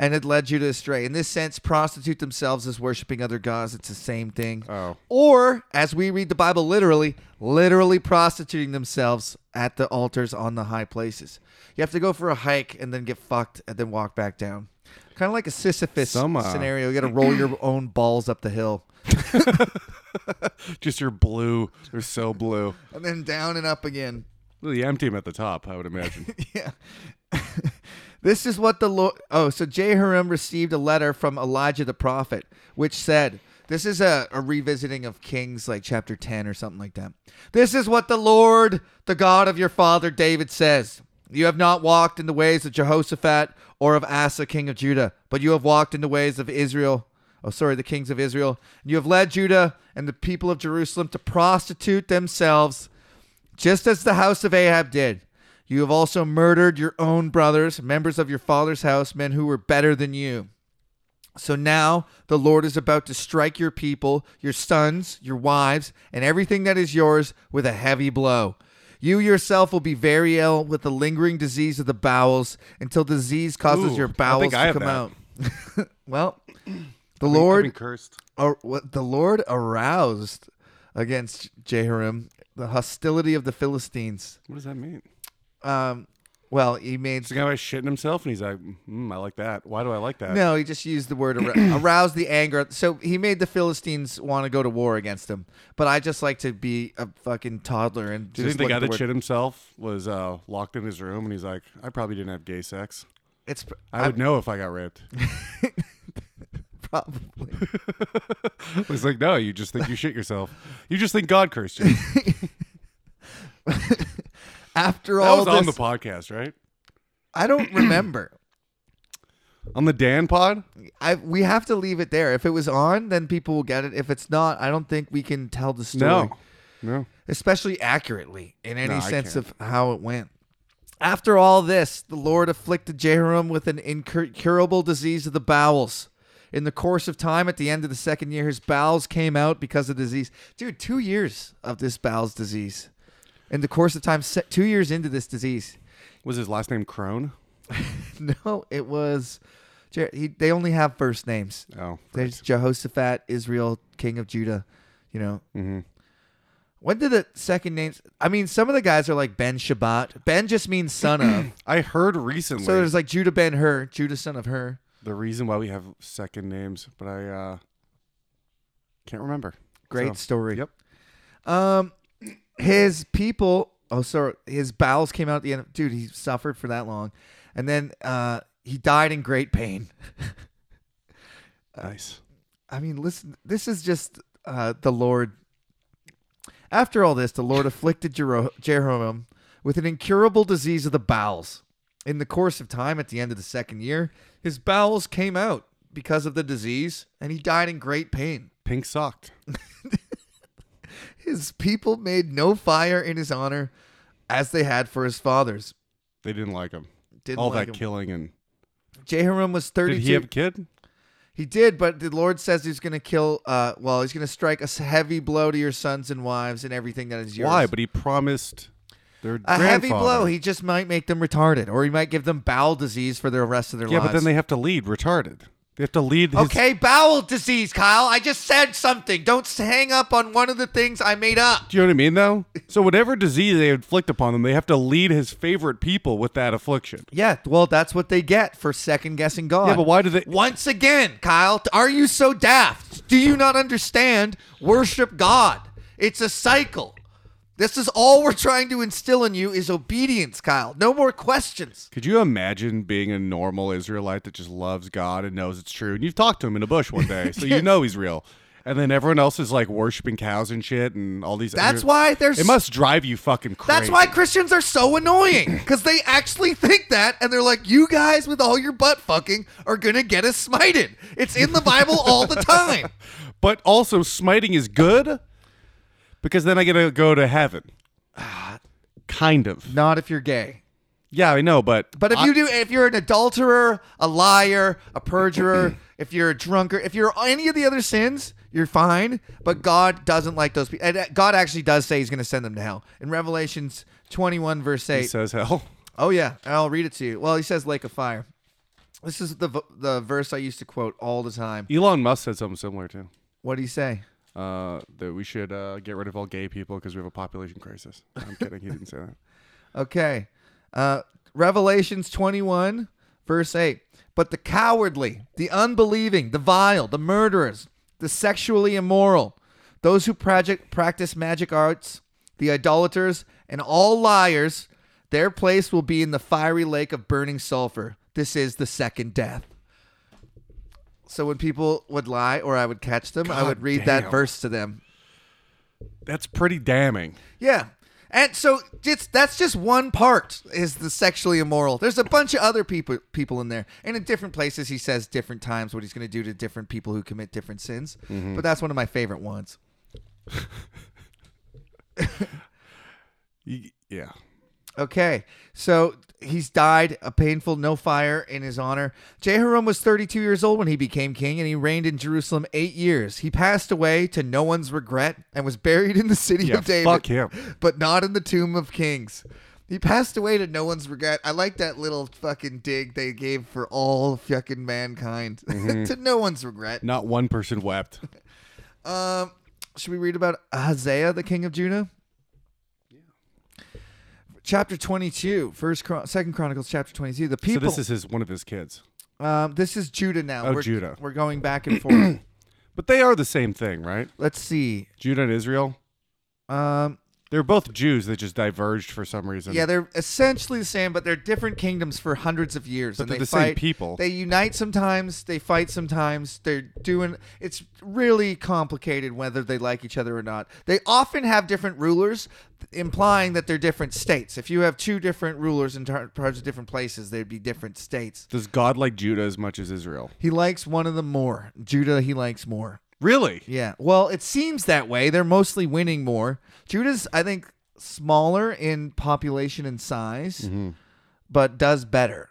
Speaker 1: and had led you to astray. In this sense, prostitute themselves as worshiping other gods. It's the same thing.
Speaker 2: Oh.
Speaker 1: Or, as we read the Bible literally, literally prostituting themselves at the altars on the high places. You have to go for a hike and then get fucked and then walk back down. Kind of like a Sisyphus
Speaker 2: Some, uh,
Speaker 1: scenario. You got to roll your own balls up the hill.
Speaker 2: Just your blue. They're so blue.
Speaker 1: and then down and up again.
Speaker 2: Well, The M team at the top, I would imagine.
Speaker 1: Yeah. this is what the Lord. Oh, so Jehoram received a letter from Elijah the prophet, which said, This is a, a revisiting of Kings, like chapter 10 or something like that. This is what the Lord, the God of your father David, says. You have not walked in the ways of Jehoshaphat or of Asa, king of Judah, but you have walked in the ways of Israel. Oh, sorry, the kings of Israel. You have led Judah and the people of Jerusalem to prostitute themselves just as the house of Ahab did. You have also murdered your own brothers, members of your father's house, men who were better than you. So now the Lord is about to strike your people, your sons, your wives, and everything that is yours with a heavy blow. You yourself will be very ill with the lingering disease of the bowels until disease causes
Speaker 2: Ooh,
Speaker 1: your
Speaker 2: I think
Speaker 1: bowels to
Speaker 2: I have
Speaker 1: come
Speaker 2: that.
Speaker 1: out. well, the Lord
Speaker 2: I've been cursed.
Speaker 1: or what the Lord aroused against Jehoram the hostility of the Philistines.
Speaker 2: What does that mean?
Speaker 1: Um, well, he made
Speaker 2: It's a guy who's shitting himself, and he's like, mm, "I like that. Why do I like that?"
Speaker 1: no, he just used the word arou- arouse the anger. So he made the Philistines want to go to war against him. But I just like to be a fucking toddler and
Speaker 2: Do you
Speaker 1: just look
Speaker 2: think the guy
Speaker 1: at
Speaker 2: that
Speaker 1: the word-
Speaker 2: shit himself was uh, locked in his room, and he's like, "I probably didn't have gay sex.
Speaker 1: It's pr-
Speaker 2: I would know if I got raped."
Speaker 1: probably
Speaker 2: It's like, no, you just think you shit yourself. You just think God cursed you. That
Speaker 1: after all
Speaker 2: was
Speaker 1: this.
Speaker 2: on the podcast, right?
Speaker 1: I don't remember.
Speaker 2: On the Dan pod.
Speaker 1: I we have to leave it there. If it was on, then people will get it. If it's not, I don't think we can tell the story.
Speaker 2: No, no.
Speaker 1: especially accurately in any
Speaker 2: I
Speaker 1: sense
Speaker 2: can't.
Speaker 1: of how it went. After all this, the Lord afflicted Jehoram with an incurable disease of the bowels. In the course of time, at the end of the second year, his bowels came out because of disease. Dude, two years of this bowels disease. In the course of time, se- two years into this disease.
Speaker 2: Was his last name Crone?
Speaker 1: No, it was. Jer- he, they only have first names.
Speaker 2: Oh,
Speaker 1: There's Jehoshaphat, Israel, king of Judah. You know.
Speaker 2: Mm-hmm.
Speaker 1: When did the second names? I mean, some of the guys are like Ben Shabbat. Ben just means son of.
Speaker 2: I heard recently
Speaker 1: so there's like Judah Ben Hur, Judah son of Hur.
Speaker 2: the reason why we have second names, but I uh, can't remember.
Speaker 1: Great
Speaker 2: So,
Speaker 1: story.
Speaker 2: Yep.
Speaker 1: Um, his people. Oh, sorry. His bowels came out at the end. Of, dude, he suffered for that long, and then uh, he died in great pain.
Speaker 2: Nice.
Speaker 1: I mean, listen, this is just uh, the Lord. After all this, the Lord afflicted Jero- Jeroham with an incurable disease of the bowels. In the course of time, at the end of the second year, his bowels came out because of the disease, and he died in great pain.
Speaker 2: Pink socked.
Speaker 1: His people made no fire in his honor as they had for his fathers.
Speaker 2: They didn't like him.
Speaker 1: Didn't
Speaker 2: All
Speaker 1: like
Speaker 2: that
Speaker 1: him.
Speaker 2: killing and
Speaker 1: Jehoram was 32.
Speaker 2: did he have a kid?
Speaker 1: He did, but the Lord says he's going to kill, uh, well, he's going to strike a s- heavy blow to your sons and wives and everything that is yours.
Speaker 2: Why? But he promised their
Speaker 1: a heavy
Speaker 2: grandfather.
Speaker 1: blow. He just might make them retarded, or he might give them bowel disease for the rest of their
Speaker 2: yeah,
Speaker 1: lives.
Speaker 2: but then they have to lead retarded. They have to lead. His,
Speaker 1: okay, bowel disease, Kyle. I just said something. Don't s- hang up on one of the things I made up.
Speaker 2: Do you know what I mean, though? So whatever disease they inflict upon them, they have to lead his favorite people with that affliction.
Speaker 1: Yeah, well, that's what they get for second guessing God.
Speaker 2: Yeah, but why do they?
Speaker 1: Once again, Kyle, are you so daft? Do you not understand? Worship God. It's a cycle. This is all we're trying to instill in you is obedience, Kyle. No more questions.
Speaker 2: Could you imagine being a normal Israelite that just loves God and knows it's true? And you've talked to him in a bush one day, so you know he's real. And then everyone else is like worshiping cows and shit and all these.
Speaker 1: That's
Speaker 2: other-
Speaker 1: why there's
Speaker 2: It must drive you fucking crazy.
Speaker 1: That's why Christians are so annoying because they actually think that, and they're like, "You guys with all your butt fucking are gonna get us smited." It's in the Bible all the time.
Speaker 2: But also, smiting is good because then I get to go to heaven. kind of.
Speaker 1: Not if you're gay,
Speaker 2: Yeah, I know, but
Speaker 1: but if
Speaker 2: I-
Speaker 1: you do, if you're an adulterer, a liar, a perjurer, if you're a drunkard, if you're any of the other sins, you're fine. But God doesn't like those people. And uh, God actually does say He's gonna send them to hell in Revelations 21 verse
Speaker 2: he
Speaker 1: 8.
Speaker 2: says hell.
Speaker 1: Oh yeah, and I'll read it to you. Well, He says lake of fire. This is the v- the verse I used to quote all the time.
Speaker 2: Elon Musk said something similar too.
Speaker 1: What do you say?
Speaker 2: Uh, that we should uh, get rid of all gay people because we have a population crisis. I'm kidding. He didn't say that.
Speaker 1: Okay. Uh, Revelations 21, verse 8. But the cowardly, the unbelieving, the vile, the murderers, the sexually immoral, those who project, practice magic arts, the idolaters, and all liars, their place will be in the fiery lake of burning sulfur. This is the second death. So when people would lie or I would catch them, I would
Speaker 2: God
Speaker 1: read that
Speaker 2: damn.
Speaker 1: verse to them.
Speaker 2: That's pretty damning.
Speaker 1: Yeah. And so it's that's just one part is the sexually immoral. There's a bunch of other people people in there. And in different places he says different times what he's going to do to different people who commit different sins. But that's one of my favorite ones.
Speaker 2: Y- Yeah.
Speaker 1: Okay. So he's died a painful no fire in his honor. Jehoram was 32 years old when he became king and he reigned in Jerusalem 8 years. He passed away to no one's regret and was buried in the city
Speaker 2: Yeah.
Speaker 1: of David.
Speaker 2: Fuck him.
Speaker 1: but not in the tomb of kings. He passed away to no one's regret. I like that little fucking dig they gave for all fucking mankind
Speaker 2: Mm-hmm.
Speaker 1: to no one's regret.
Speaker 2: Not one person wept.
Speaker 1: Um, should we read about Hazael, the king of Judah? Chapter 22, first Chron- second Chronicles chapter 22. The
Speaker 2: So
Speaker 1: people
Speaker 2: this is his one of his kids.
Speaker 1: um, this is Judah now.
Speaker 2: Oh,
Speaker 1: we're,
Speaker 2: Judah.
Speaker 1: We're going back and forth.
Speaker 2: But they are the same thing, right?
Speaker 1: Let's see.
Speaker 2: Judah and Israel.
Speaker 1: Um,
Speaker 2: They're both Jews. They just diverged for some reason.
Speaker 1: yeah, they're essentially the same, but they're different kingdoms for hundreds of years.
Speaker 2: But
Speaker 1: and
Speaker 2: they're
Speaker 1: they
Speaker 2: the
Speaker 1: fight,
Speaker 2: same people.
Speaker 1: They unite sometimes, they fight sometimes. They're doing it's really complicated whether they like each other or not. They often have different rulers, implying that they're different states. If you have two different rulers in tar- parts of different places, they'd be different states.
Speaker 2: Does God like Judah as much as Israel?
Speaker 1: He likes one of them more. Judah, he likes more.
Speaker 2: Really?
Speaker 1: Yeah. Well, it seems that way. They're mostly winning more. Judah's, I think, smaller in population and size,
Speaker 2: Mm-hmm.
Speaker 1: but does better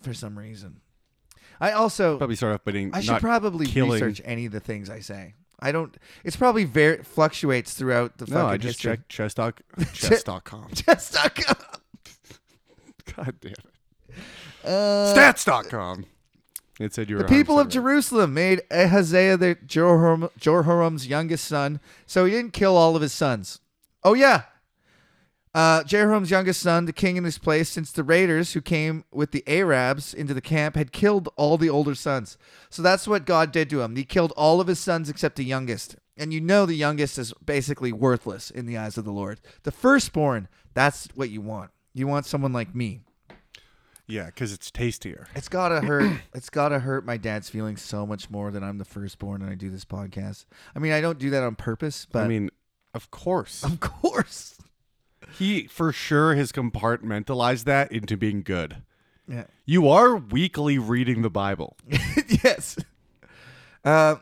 Speaker 1: for some reason. I also
Speaker 2: Probably start off by being.
Speaker 1: I should
Speaker 2: not
Speaker 1: probably
Speaker 2: killing.
Speaker 1: research any of the things I say. I don't. It's probably very fluctuates throughout the
Speaker 2: No,
Speaker 1: fucking
Speaker 2: I just
Speaker 1: history.
Speaker 2: checked chess doc, chess.com.
Speaker 1: Just not go-
Speaker 2: God damn it.
Speaker 1: Uh,
Speaker 2: Stats.com. It said you were
Speaker 1: the people of
Speaker 2: 100% right.
Speaker 1: Jerusalem made Ahaziah their Jehoram, Jehoram's youngest son, so he didn't kill all of his sons. Oh yeah, uh, Jehoram's youngest son, the king in his place, since the raiders who came with the Arabs into the camp had killed all the older sons. So that's what God did to him. He killed all of his sons except the youngest, and you know the youngest is basically worthless in the eyes of the Lord. The firstborn, that's what you want. You want someone like me.
Speaker 2: Yeah, because it's tastier.
Speaker 1: It's gotta hurt. it's gotta hurt my dad's feelings so much more than I'm the firstborn and I do this podcast. I mean, I don't do that on purpose, but
Speaker 2: I mean, Uh, of course.
Speaker 1: of course.
Speaker 2: He for sure has compartmentalized that into being good.
Speaker 1: Yeah.
Speaker 2: You are weekly reading the Bible.
Speaker 1: yes. Uh,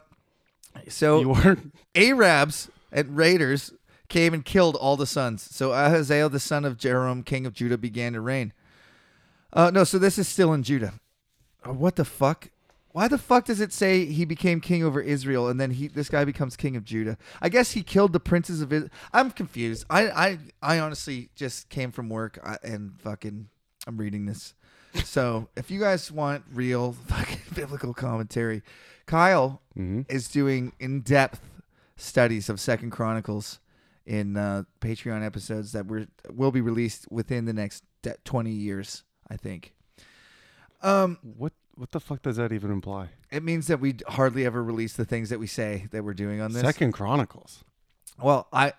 Speaker 1: so
Speaker 2: You are
Speaker 1: Arabs and raiders came and killed all the sons. So Ahaziel, the son of Jeroam, king of Judah, began to reign. Uh, no, so this is still in Judah. Uh, what the fuck? Why the fuck does it say he became king over Israel and then he this guy becomes king of Judah? I guess he killed the princes of Israel. I'm confused. I I I honestly just came from work I- and fucking I'm reading this. So if you guys want real fucking biblical commentary, Kyle is doing in depth studies of Second Chronicles in uh, Patreon episodes that were will be released within the next de- twenty years. I think
Speaker 2: what what the fuck does that even imply?
Speaker 1: it means that we hardly ever release the things that we say that we're doing on this.
Speaker 2: Second Chronicles.
Speaker 1: Well, I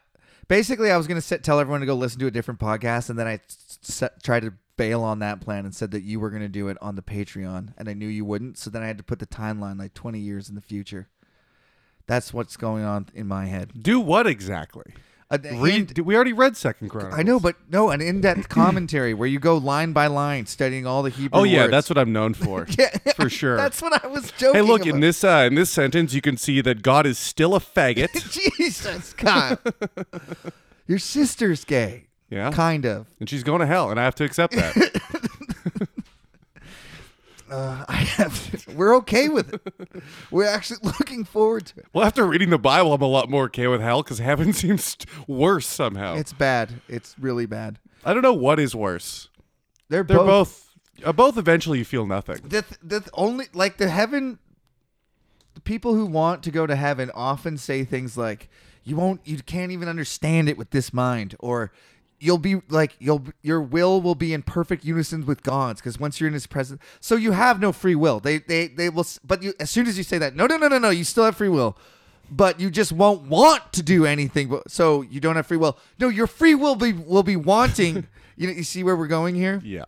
Speaker 1: basically I was gonna sit, tell everyone to go listen to a different podcast, and then I s- s- tried to bail on that plan and said that you were gonna do it on the Patreon, and I knew you wouldn't, so then I had to put the timeline like twenty years in the future. That's what's going on in my head.
Speaker 2: Do what exactly?
Speaker 1: A- in-
Speaker 2: Read we already read Second Chronicles.
Speaker 1: I know, but no, an in-depth commentary where you go line by line, studying all the Hebrew.
Speaker 2: Oh yeah,
Speaker 1: words.
Speaker 2: that's what I'm known for.
Speaker 1: Yeah.
Speaker 2: For sure.
Speaker 1: That's what I was joking.
Speaker 2: hey look, in
Speaker 1: about.
Speaker 2: this uh, in this sentence you can see that God is still a faggot.
Speaker 1: Jesus, Kyle, your sister's gay,
Speaker 2: yeah.
Speaker 1: kind of.
Speaker 2: and she's going to hell and I have to accept that.
Speaker 1: Uh, I have. We're okay with it. We're actually looking forward to it.
Speaker 2: well, after reading the Bible, I'm a lot more okay with hell cuz heaven seems worse somehow.
Speaker 1: It's bad. It's really bad.
Speaker 2: I don't know what is worse.
Speaker 1: They're,
Speaker 2: They're both Uh, both eventually you feel nothing.
Speaker 1: the, th- the th- only like the heaven the people who want to go to heaven often say things like you won't you can't even understand it with this mind or you'll be like you'll your will will be in perfect unison with god's because once you're in his presence so you have no free will they they they will s- but you as soon as you say that no no no no no you still have free will but you just won't want to do anything but so you don't have free will no your free will be will be wanting you know you see where we're going here
Speaker 2: Yeah.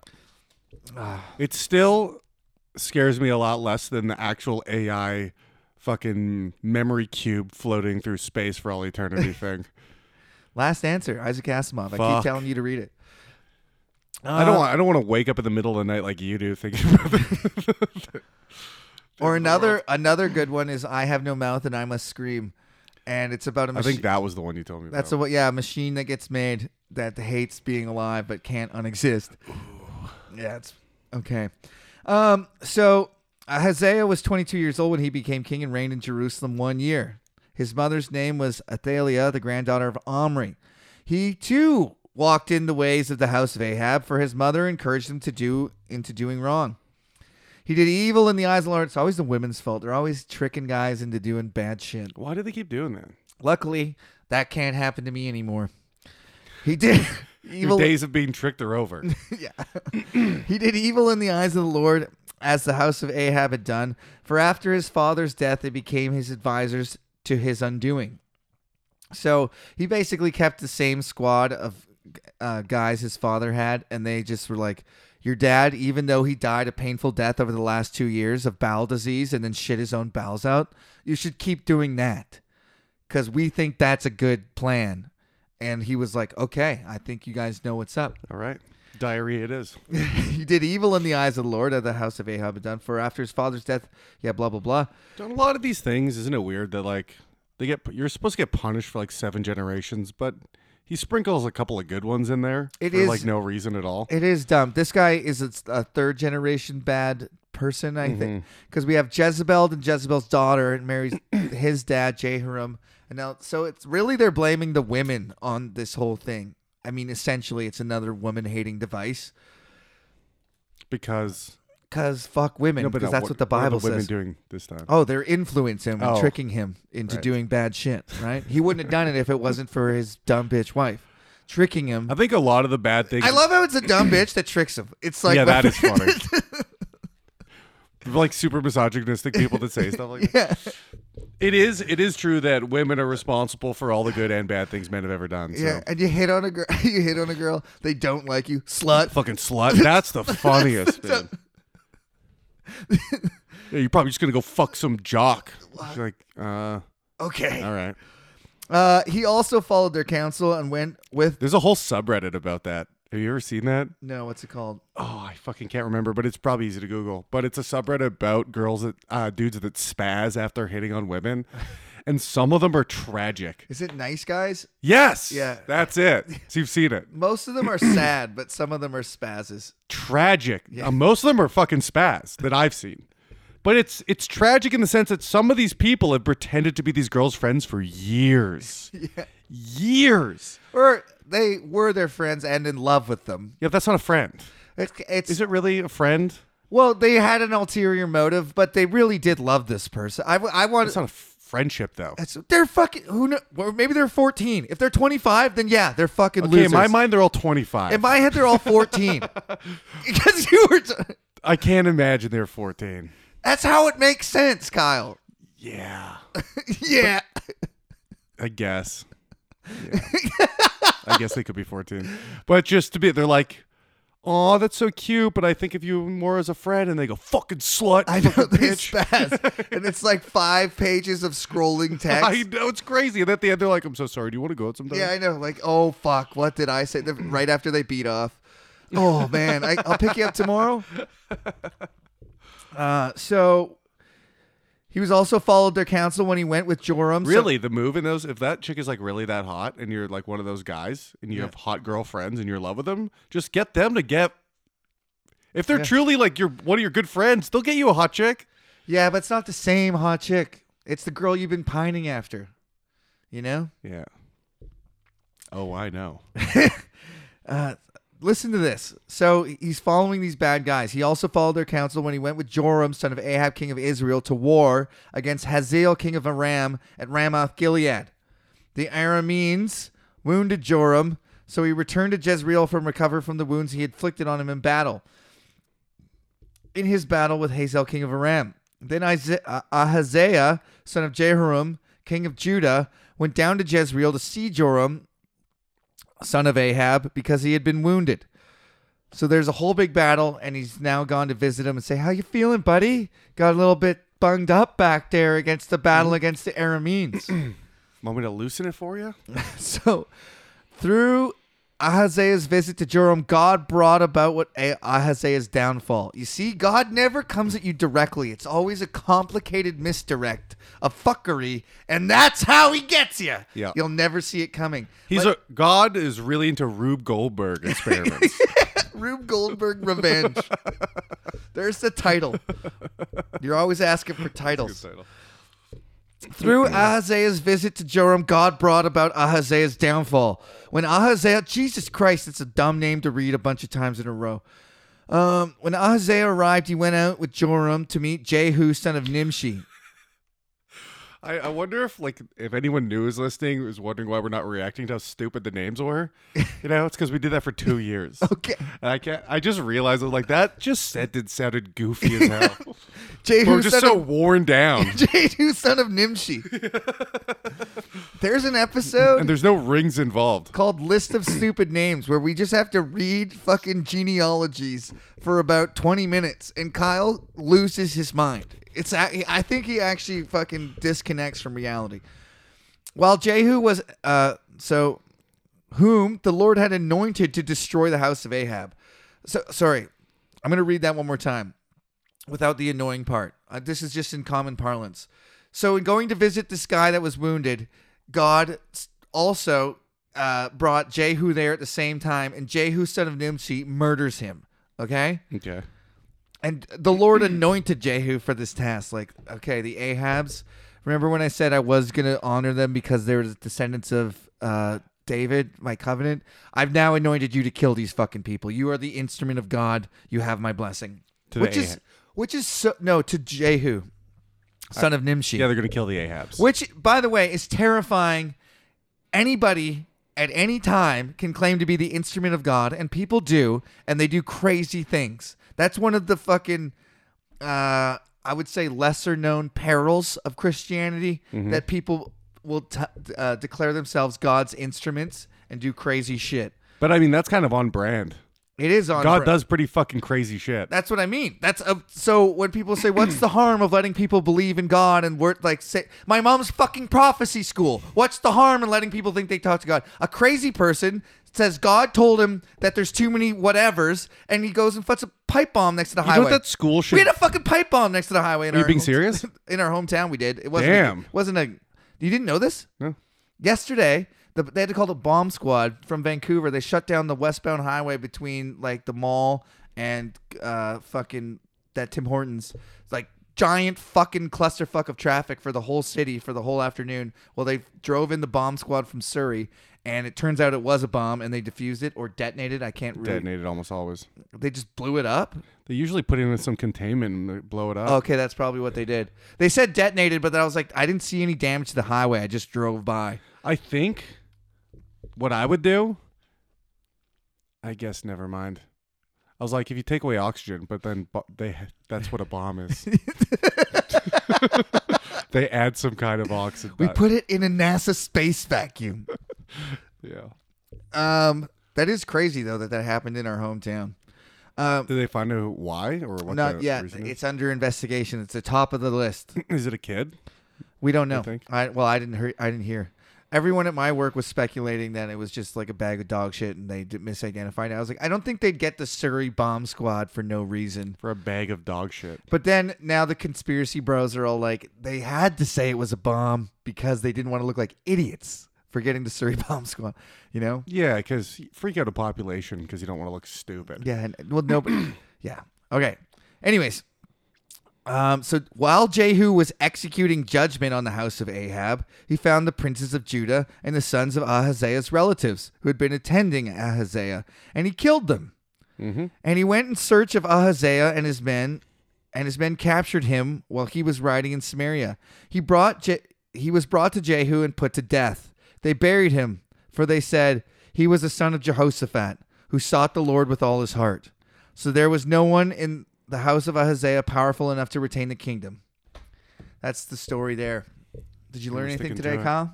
Speaker 1: Ah.
Speaker 2: it still scares me a lot less than the actual AI fucking memory cube floating through space for all eternity thing.
Speaker 1: last answer isaac asimov i keep
Speaker 2: Fuck.
Speaker 1: telling you to read it Uh,
Speaker 2: I don't want I don't want to wake up in the middle of the night like you do thinking
Speaker 1: Oh,
Speaker 2: about the-
Speaker 1: Or another another good one is I have no mouth and I must scream, and it's about a
Speaker 2: I
Speaker 1: machine.
Speaker 2: think that was the one you told me
Speaker 1: that's
Speaker 2: about.
Speaker 1: a yeah a machine that gets made that hates being alive but can't unexist. Yeah, it's okay. Um, so uh, Hosea was 22 years old when he became king and reigned in Jerusalem one year. His mother's name was Athaliah, the granddaughter of Omri. He too walked in the ways of the house of Ahab, for his mother encouraged him to do into doing wrong. He did evil in the eyes of the Lord. It's always the women's fault. They're always tricking guys into doing bad shit.
Speaker 2: Why do they keep doing that?
Speaker 1: Luckily, that can't happen to me anymore. He did evil.
Speaker 2: Your days of being tricked are over.
Speaker 1: He did evil in the eyes of the Lord, as the house of Ahab had done. For after his father's death, they became his advisors to his undoing. So he basically kept the same squad of uh, guys his father had, and they just were like, "Your dad, even though he died a painful death over the last two years of bowel disease and then shit his own bowels out, you should keep doing that." because we think that's a good plan. And he was like, okay, I think you guys know what's up.
Speaker 2: all right. Diarrhea it is.
Speaker 1: he did evil in the eyes of the Lord, as the house of Ahab had done, for after his father's death, yeah, blah, blah, blah.
Speaker 2: Done a lot of these things, isn't it weird that like they get you're supposed to get punished for like seven generations, but he sprinkles a couple of good ones in there
Speaker 1: It
Speaker 2: for
Speaker 1: is-
Speaker 2: like no reason at all.
Speaker 1: It is dumb. This guy is a, a third generation bad person, I think,
Speaker 2: Mm-hmm.
Speaker 1: because we have Jezebel and Jezebel's daughter and marries his dad, Jehoram. And now, so it's really they're blaming the women on this whole thing. I mean, essentially, it's another woman hating device
Speaker 2: because
Speaker 1: because fuck women,
Speaker 2: no, but
Speaker 1: because
Speaker 2: no,
Speaker 1: that's what, the Bible
Speaker 2: what are the women
Speaker 1: says.
Speaker 2: doing this time.
Speaker 1: Oh, they're influencing him and
Speaker 2: Oh.
Speaker 1: tricking him into
Speaker 2: Right.
Speaker 1: doing bad shit, right? He wouldn't have done it if it wasn't for his dumb bitch wife tricking him.
Speaker 2: I think a lot of the bad things.
Speaker 1: I love how it's a dumb bitch that tricks him. It's like
Speaker 2: yeah, that is funny. like super misogynistic people that say stuff like that.
Speaker 1: yeah.
Speaker 2: It is. It is true that women are responsible for all the good and bad things men have ever done. So.
Speaker 1: Yeah, and you hit on a girl, you hit on a girl, they don't like you, slut.
Speaker 2: Fucking slut. That's the funniest. man. Yeah, you're probably just gonna go fuck some jock. She's like, uh,
Speaker 1: Okay.
Speaker 2: all right.
Speaker 1: Uh, he also followed their counsel and went with
Speaker 2: There's a whole subreddit about that. Have you ever seen that?
Speaker 1: no, what's it called?
Speaker 2: Oh, I fucking can't remember, but it's probably easy to Google. But it's a subreddit about girls that uh, dudes that spaz after hitting on women, and some of them are tragic.
Speaker 1: Is it nice guys?
Speaker 2: Yes,
Speaker 1: Yeah.
Speaker 2: that's it. So you've seen it.
Speaker 1: Most of them are sad, but some of them are spazzes.
Speaker 2: Tragic. Uh, most of them are fucking spaz that I've seen, but it's it's tragic in the sense that some of these people have pretended to be these girls' friends for years, years.
Speaker 1: Or they were their friends and in love with them.
Speaker 2: Yeah, that's not a friend.
Speaker 1: It's, it's
Speaker 2: Is it really a friend?
Speaker 1: Well, they had an ulterior motive, but they really did love this person. I, I want.
Speaker 2: It's not a f- friendship though.
Speaker 1: That's, they're fucking. Who know? Well, maybe they're fourteen. If they're twenty-five, then yeah, they're fucking
Speaker 2: Okay,
Speaker 1: losers.
Speaker 2: in my mind, they're all 25.
Speaker 1: in my head, they're all fourteen. because you were. T-
Speaker 2: I can't imagine they're 14.
Speaker 1: that's how it makes sense, Kyle.
Speaker 2: Yeah,
Speaker 1: yeah.
Speaker 2: I guess. Yeah. I guess they could be 14. But just to be, they're like, oh, that's so cute, but I think of you more as a friend. And they go, fucking slut.
Speaker 1: I know
Speaker 2: fucking
Speaker 1: they
Speaker 2: bitch.
Speaker 1: spaz, and it's like five pages of scrolling text.
Speaker 2: I know, it's crazy. And at the end, they're like, I'm so sorry. Do you want to go out sometime?
Speaker 1: Yeah, I know. Like, oh fuck, what did I say? The- Right after they beat off. Oh man, I, I'll pick you up tomorrow. Uh, so he was also followed their counsel when he went with Joram. So-
Speaker 2: Really, the move in those, if that chick is like really that hot and you're like one of those guys and you have hot girlfriends and you're in love with them, just get them to get. If they're truly like your one of your good friends, they'll get you a hot chick.
Speaker 1: yeah, but it's not the same hot chick. It's the girl you've been pining after. You know.
Speaker 2: Yeah. Oh, I know.
Speaker 1: Uh, listen to this. So he's following these bad guys. He also followed their counsel when he went with Joram, son of Ahab, king of Israel, to war against Hazael, king of Aram, at Ramoth Gilead. The Arameans wounded Joram, so he returned to Jezreel from recover from the wounds he had inflicted on him in battle. In his battle with Hazael, king of Aram, then Isa- uh, Ahaziah, son of Jehoram, king of Judah, went down to Jezreel to see Joram, son of Ahab, because he had been wounded. So there's a whole big battle, and he's now gone to visit him and say, "How you feeling, buddy? Got a little bit bunged up back there against the battle
Speaker 2: Mm-hmm.
Speaker 1: against the Arameans."
Speaker 2: Want me to loosen it for you?
Speaker 1: So, through Ahaziah's visit to Joram, God brought about what A- Ahaziah's downfall. You see, God never comes at you directly. It's always a complicated misdirect, a fuckery, and that's how he gets you.
Speaker 2: Yeah.
Speaker 1: You'll never see it coming.
Speaker 2: He's a God is really into Rube Goldberg experiments.
Speaker 1: Rube Goldberg Revenge. There's the title. You're always asking for titles. Through Ahaziah's visit to Joram, God brought about Ahaziah's downfall. When Ahaziah, Jesus Christ, it's a dumb name to read a bunch of times in a row. Um, when Ahaziah arrived, he went out with Joram to meet Jehu, son of Nimshi.
Speaker 2: I, I wonder if like if anyone new is listening is wondering why we're not reacting to how stupid the names were. You know, it's because we did that for two years.
Speaker 1: Okay.
Speaker 2: And I can't. I just realized I was like that. Just sentence sounded goofy as hell.
Speaker 1: Jehu,
Speaker 2: we're just
Speaker 1: son
Speaker 2: so
Speaker 1: of
Speaker 2: worn down,
Speaker 1: Jehu, son of Nimshi. There's an
Speaker 2: and
Speaker 1: episode
Speaker 2: there's no rings involved.
Speaker 1: called List of Stupid Names where we just have to read fucking genealogies for about 20 minutes and Kyle loses his mind. It's a- I think he actually fucking disconnects from reality. While Jehu was uh so whom the Lord had anointed to destroy the house of Ahab. So sorry. I'm going to read that one more time without the annoying part. Uh, this is just in common parlance. So, in going to visit this guy that was wounded, God s- also uh, brought Jehu there at the same time, and Jehu, son of Nimshi, murders him. Okay?
Speaker 2: Okay.
Speaker 1: And the Lord anointed Jehu for this task. Like, okay, the Ahabs. Remember when I said I was going to honor them because they were the descendants of uh, David, my covenant? I've now anointed you to kill these fucking people. You are the instrument of God. You have my blessing.
Speaker 2: To the
Speaker 1: which is,
Speaker 2: Ahab.
Speaker 1: which is so, no, to Jehu, son of Nimshi.
Speaker 2: Yeah, they're gonna kill the Ahabs.
Speaker 1: which, by the way, is terrifying. Anybody at any time can claim to be the instrument of God, and people do, and they do crazy things. That's one of the fucking uh, I would say lesser known perils of Christianity that people will t- uh, declare themselves God's instruments and do crazy shit.
Speaker 2: But I mean, that's kind of on brand.
Speaker 1: It is on
Speaker 2: God
Speaker 1: brand.
Speaker 2: does pretty fucking crazy shit.
Speaker 1: That's what I mean. That's a, so when people say, "What's the harm of letting people believe in God?" and we're like, say, "My mom's fucking prophecy school." What's the harm in letting people think they talk to God? A crazy person says God told him that there's too many whatevers, and he goes and puts a pipe bomb next to the
Speaker 2: you
Speaker 1: highway.
Speaker 2: know what that school should
Speaker 1: we had a fucking pipe bomb next to the highway. In
Speaker 2: Are you
Speaker 1: our
Speaker 2: being
Speaker 1: home-
Speaker 2: serious?
Speaker 1: in our hometown, we did. It wasn't.
Speaker 2: Damn.
Speaker 1: A, wasn't a. You didn't know this?
Speaker 2: No.
Speaker 1: Yesterday, the, they had to call the bomb squad from Vancouver. They shut down the westbound highway between like the mall and uh, fucking that Tim Hortons. It's like giant fucking clusterfuck of traffic for the whole city for the whole afternoon. Well, they drove in the bomb squad from Surrey, and it turns out it was a bomb, and they defused it or detonated. I can't really.
Speaker 2: detonated almost always.
Speaker 1: They just blew it up.
Speaker 2: They usually put it in some containment and blow it up.
Speaker 1: Okay, that's probably what they did. They said detonated, but then I was like, I didn't see any damage to the highway. I just drove by.
Speaker 2: I think what I would do. I guess never mind. I was like, if you take away oxygen, but then bo- they—that's what a bomb is. they add some kind of oxygen.
Speaker 1: We put it in a NASA space vacuum.
Speaker 2: yeah.
Speaker 1: Um, that is crazy though that that happened in our hometown. Um,
Speaker 2: Did they find out why or what?
Speaker 1: not
Speaker 2: the
Speaker 1: yet.
Speaker 2: reason is?
Speaker 1: It's under investigation. It's the top of the list.
Speaker 2: Is it a kid?
Speaker 1: We don't know.
Speaker 2: think?
Speaker 1: I well, I didn't hear. I didn't hear. Everyone at my work was speculating that it was just like a bag of dog shit, and they d- misidentified it. I was like, I don't think they'd get the Surrey bomb squad for no reason.
Speaker 2: For a bag of dog shit.
Speaker 1: But then now the conspiracy bros are all like, they had to say it was a bomb because they didn't want to look like idiots for getting the Surrey bomb squad. You know?
Speaker 2: Yeah, because freak out a population because you don't want to look stupid.
Speaker 1: Yeah. And, well, nobody. yeah. Okay. Anyways, Um, so while Jehu was executing judgment on the house of Ahab, he found the princes of Judah and the sons of Ahaziah's relatives who had been attending Ahaziah, and he killed them. And he went in search of Ahaziah and his men, and his men captured him while he was riding in Samaria. He brought Je- he was brought to Jehu and put to death. They buried him, for they said he was a son of Jehoshaphat who sought the Lord with all his heart. So there was no one in the house of Ahaziah powerful enough to retain the kingdom. That's the story there. Did you learn
Speaker 2: We're
Speaker 1: anything
Speaker 2: sticking
Speaker 1: today,
Speaker 2: to it.
Speaker 1: Kyle?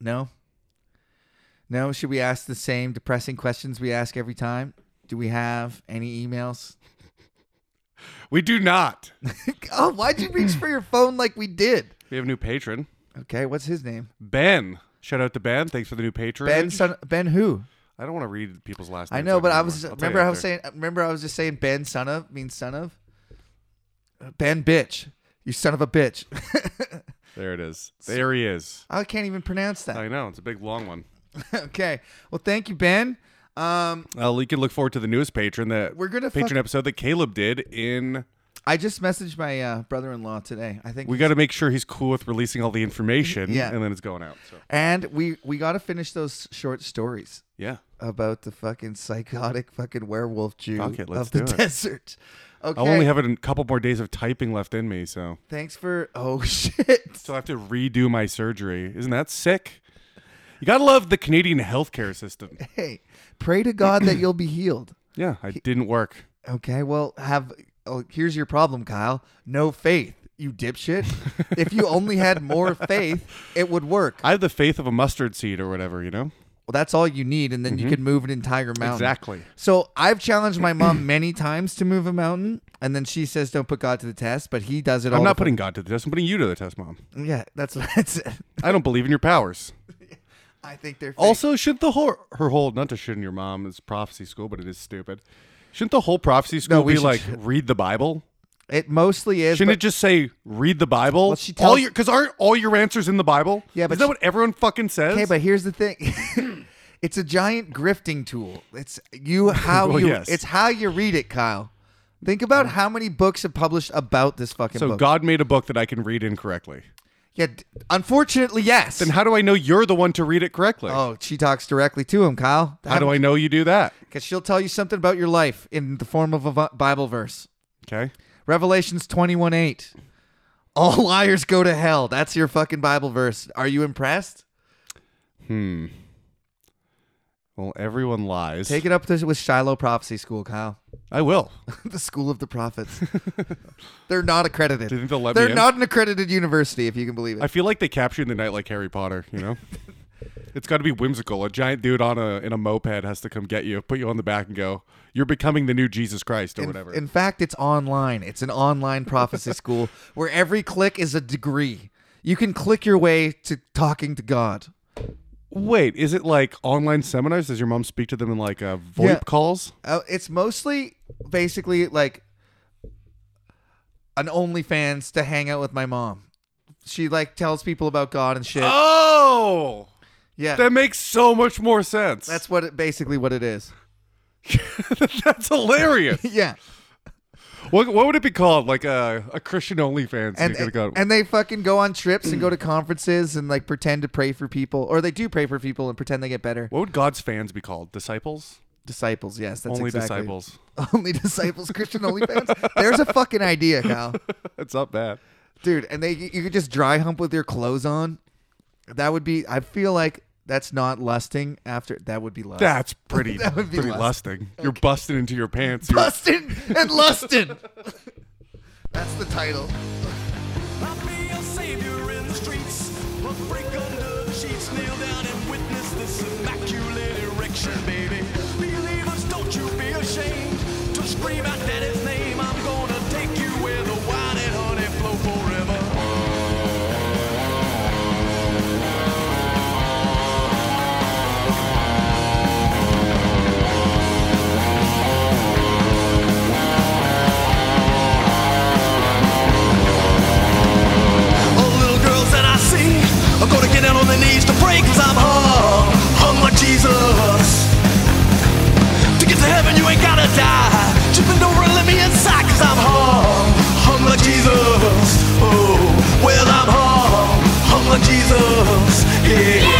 Speaker 1: No. No, should we ask the same depressing questions we ask every time? Do we have any emails?
Speaker 2: We do not.
Speaker 1: oh, why'd you reach for your phone like we did?
Speaker 2: We have a new patron,
Speaker 1: Okay, what's his name?
Speaker 2: Ben. Shout out to Ben. Thanks for the new patron.
Speaker 1: Ben Son Ben who?
Speaker 2: I don't want to read people's last names.
Speaker 1: I know,
Speaker 2: out
Speaker 1: but I
Speaker 2: anymore.
Speaker 1: was
Speaker 2: I'll tell you
Speaker 1: remember I was
Speaker 2: after.
Speaker 1: saying remember I was just saying Ben son of means son of Ben bitch. You son of a bitch.
Speaker 2: There it is. There he is.
Speaker 1: I can't even pronounce that.
Speaker 2: I know. It's a big long one.
Speaker 1: okay. Well, thank you, Ben. Um,
Speaker 2: Well, you Uh, can look forward to the newest patron that
Speaker 1: We're gonna
Speaker 2: patron
Speaker 1: fuck-
Speaker 2: episode that Caleb did in.
Speaker 1: I just messaged my uh, brother-in-law today. I think
Speaker 2: We got to make sure he's cool with releasing all the information,
Speaker 1: Yeah.
Speaker 2: and then it's going out. So
Speaker 1: and we we got to finish those short stories.
Speaker 2: yeah,
Speaker 1: about the fucking psychotic fucking werewolf Jew
Speaker 2: Fuck it,
Speaker 1: of
Speaker 2: let's
Speaker 1: the
Speaker 2: do it.
Speaker 1: desert. Okay.
Speaker 2: I'll only have it in a couple more days of typing left in me, so
Speaker 1: Thanks for oh shit.
Speaker 2: so I have to redo my surgery. Isn't that sick? You gotta love the Canadian healthcare system.
Speaker 1: Hey, pray to God that you'll be healed.
Speaker 2: Yeah, I didn't work.
Speaker 1: Okay. Well, have oh, here's your problem, Kyle. No faith, you dipshit. if you only had more faith, it would work.
Speaker 2: I have the faith of a mustard seed or whatever, you know.
Speaker 1: Well, that's all you need, and then you can move an entire mountain.
Speaker 2: Mm-hmm. Exactly.
Speaker 1: So I've challenged my mom many times to move a mountain, and then she says, "Don't put God to the test," but he does it all.
Speaker 2: I'm not
Speaker 1: the
Speaker 2: putting God to the test. I'm putting you to the test, Mom.
Speaker 1: fu- Yeah, that's what I said.
Speaker 2: I don't believe in your powers.
Speaker 1: I think they're fake.
Speaker 2: Also, should the whole her whole not to shit in your mom is prophecy school, but it is stupid. Shouldn't the whole prophecy school
Speaker 1: we
Speaker 2: be
Speaker 1: should-
Speaker 2: like read the Bible?
Speaker 1: It mostly is.
Speaker 2: Shouldn't
Speaker 1: but-
Speaker 2: it just say read the Bible?
Speaker 1: Well, she
Speaker 2: all
Speaker 1: tells-
Speaker 2: your because aren't all your answers in the Bible?
Speaker 1: Yeah, but
Speaker 2: is that
Speaker 1: she-
Speaker 2: what everyone fucking says?
Speaker 1: Okay, but here's the thing. it's a giant grifting tool. It's you how
Speaker 2: Well,
Speaker 1: you
Speaker 2: yes. Uh-huh.
Speaker 1: it's how you read it, Kyle. Think about how many books have published about this fucking
Speaker 2: so
Speaker 1: book.
Speaker 2: God made a book that I can read incorrectly.
Speaker 1: yeah, d- unfortunately, yes.
Speaker 2: Then how do I know you're the one to read it correctly?
Speaker 1: oh, she talks directly to him, Kyle.
Speaker 2: how do I know you do that?
Speaker 1: Because she'll tell you something about your life in the form of a vi- Bible verse.
Speaker 2: Okay.
Speaker 1: Revelations 21 8. All liars go to hell. That's your fucking Bible verse. Are you impressed?
Speaker 2: Well, everyone lies.
Speaker 1: Take it up to, with Shiloh Prophecy School, Kyle.
Speaker 2: I will.
Speaker 1: the School of the Prophets. They're not accredited.
Speaker 2: Do you think they'll let me
Speaker 1: They're
Speaker 2: in?
Speaker 1: not an accredited university, if you can believe it.
Speaker 2: I feel like they captured the night like Harry Potter. You know, it's got to be whimsical. A giant dude on a in a moped has to come get you, put you on the back, and go. You're becoming the new Jesus Christ or
Speaker 1: In-
Speaker 2: whatever.
Speaker 1: In fact, it's online. It's an online prophecy school where every click is a degree. You can click your way to talking to God.
Speaker 2: Wait, is it like online seminars? Does your mom speak to them in like uh, VoIP
Speaker 1: Yeah.
Speaker 2: calls?
Speaker 1: Uh, it's mostly basically like an OnlyFans to hang out with my mom. She like tells people about God and shit.
Speaker 2: Oh,
Speaker 1: yeah,
Speaker 2: that makes so much more sense.
Speaker 1: that's what it, basically what it is.
Speaker 2: that's hilarious.
Speaker 1: yeah.
Speaker 2: what, what would it be called? Like uh, a, a Christian OnlyFans?
Speaker 1: and,
Speaker 2: They could've gone-
Speaker 1: and they fucking go on trips and go to conferences and like pretend to pray for people or they do pray for people and pretend they get better
Speaker 2: what would God's fans be called? Disciples?
Speaker 1: disciples yes that's
Speaker 2: Only
Speaker 1: exactly.
Speaker 2: disciples.
Speaker 1: only disciples christian only fans there's a fucking idea Kyle.
Speaker 2: That's not bad.
Speaker 1: dude and they you could just dry hump with your clothes on that would be i feel like that's not lusting after that would be lust
Speaker 2: That's pretty
Speaker 1: That would be
Speaker 2: pretty
Speaker 1: lust.
Speaker 2: lusting. You're busting into your pants. You're-
Speaker 1: bustin and lustin that's the title
Speaker 3: I'll be a savior in the streets. I'll break under the sheets, kneel down and witness this immaculate erection, baby. Believers, don't you be ashamed to scream out daddy's name. I'm gonna take you where the wine and honey flow forever. All the little girls that I see are gonna get down on their knees to pray i I'm hung, hung like Jesus. Oh, Jesus. Yeah.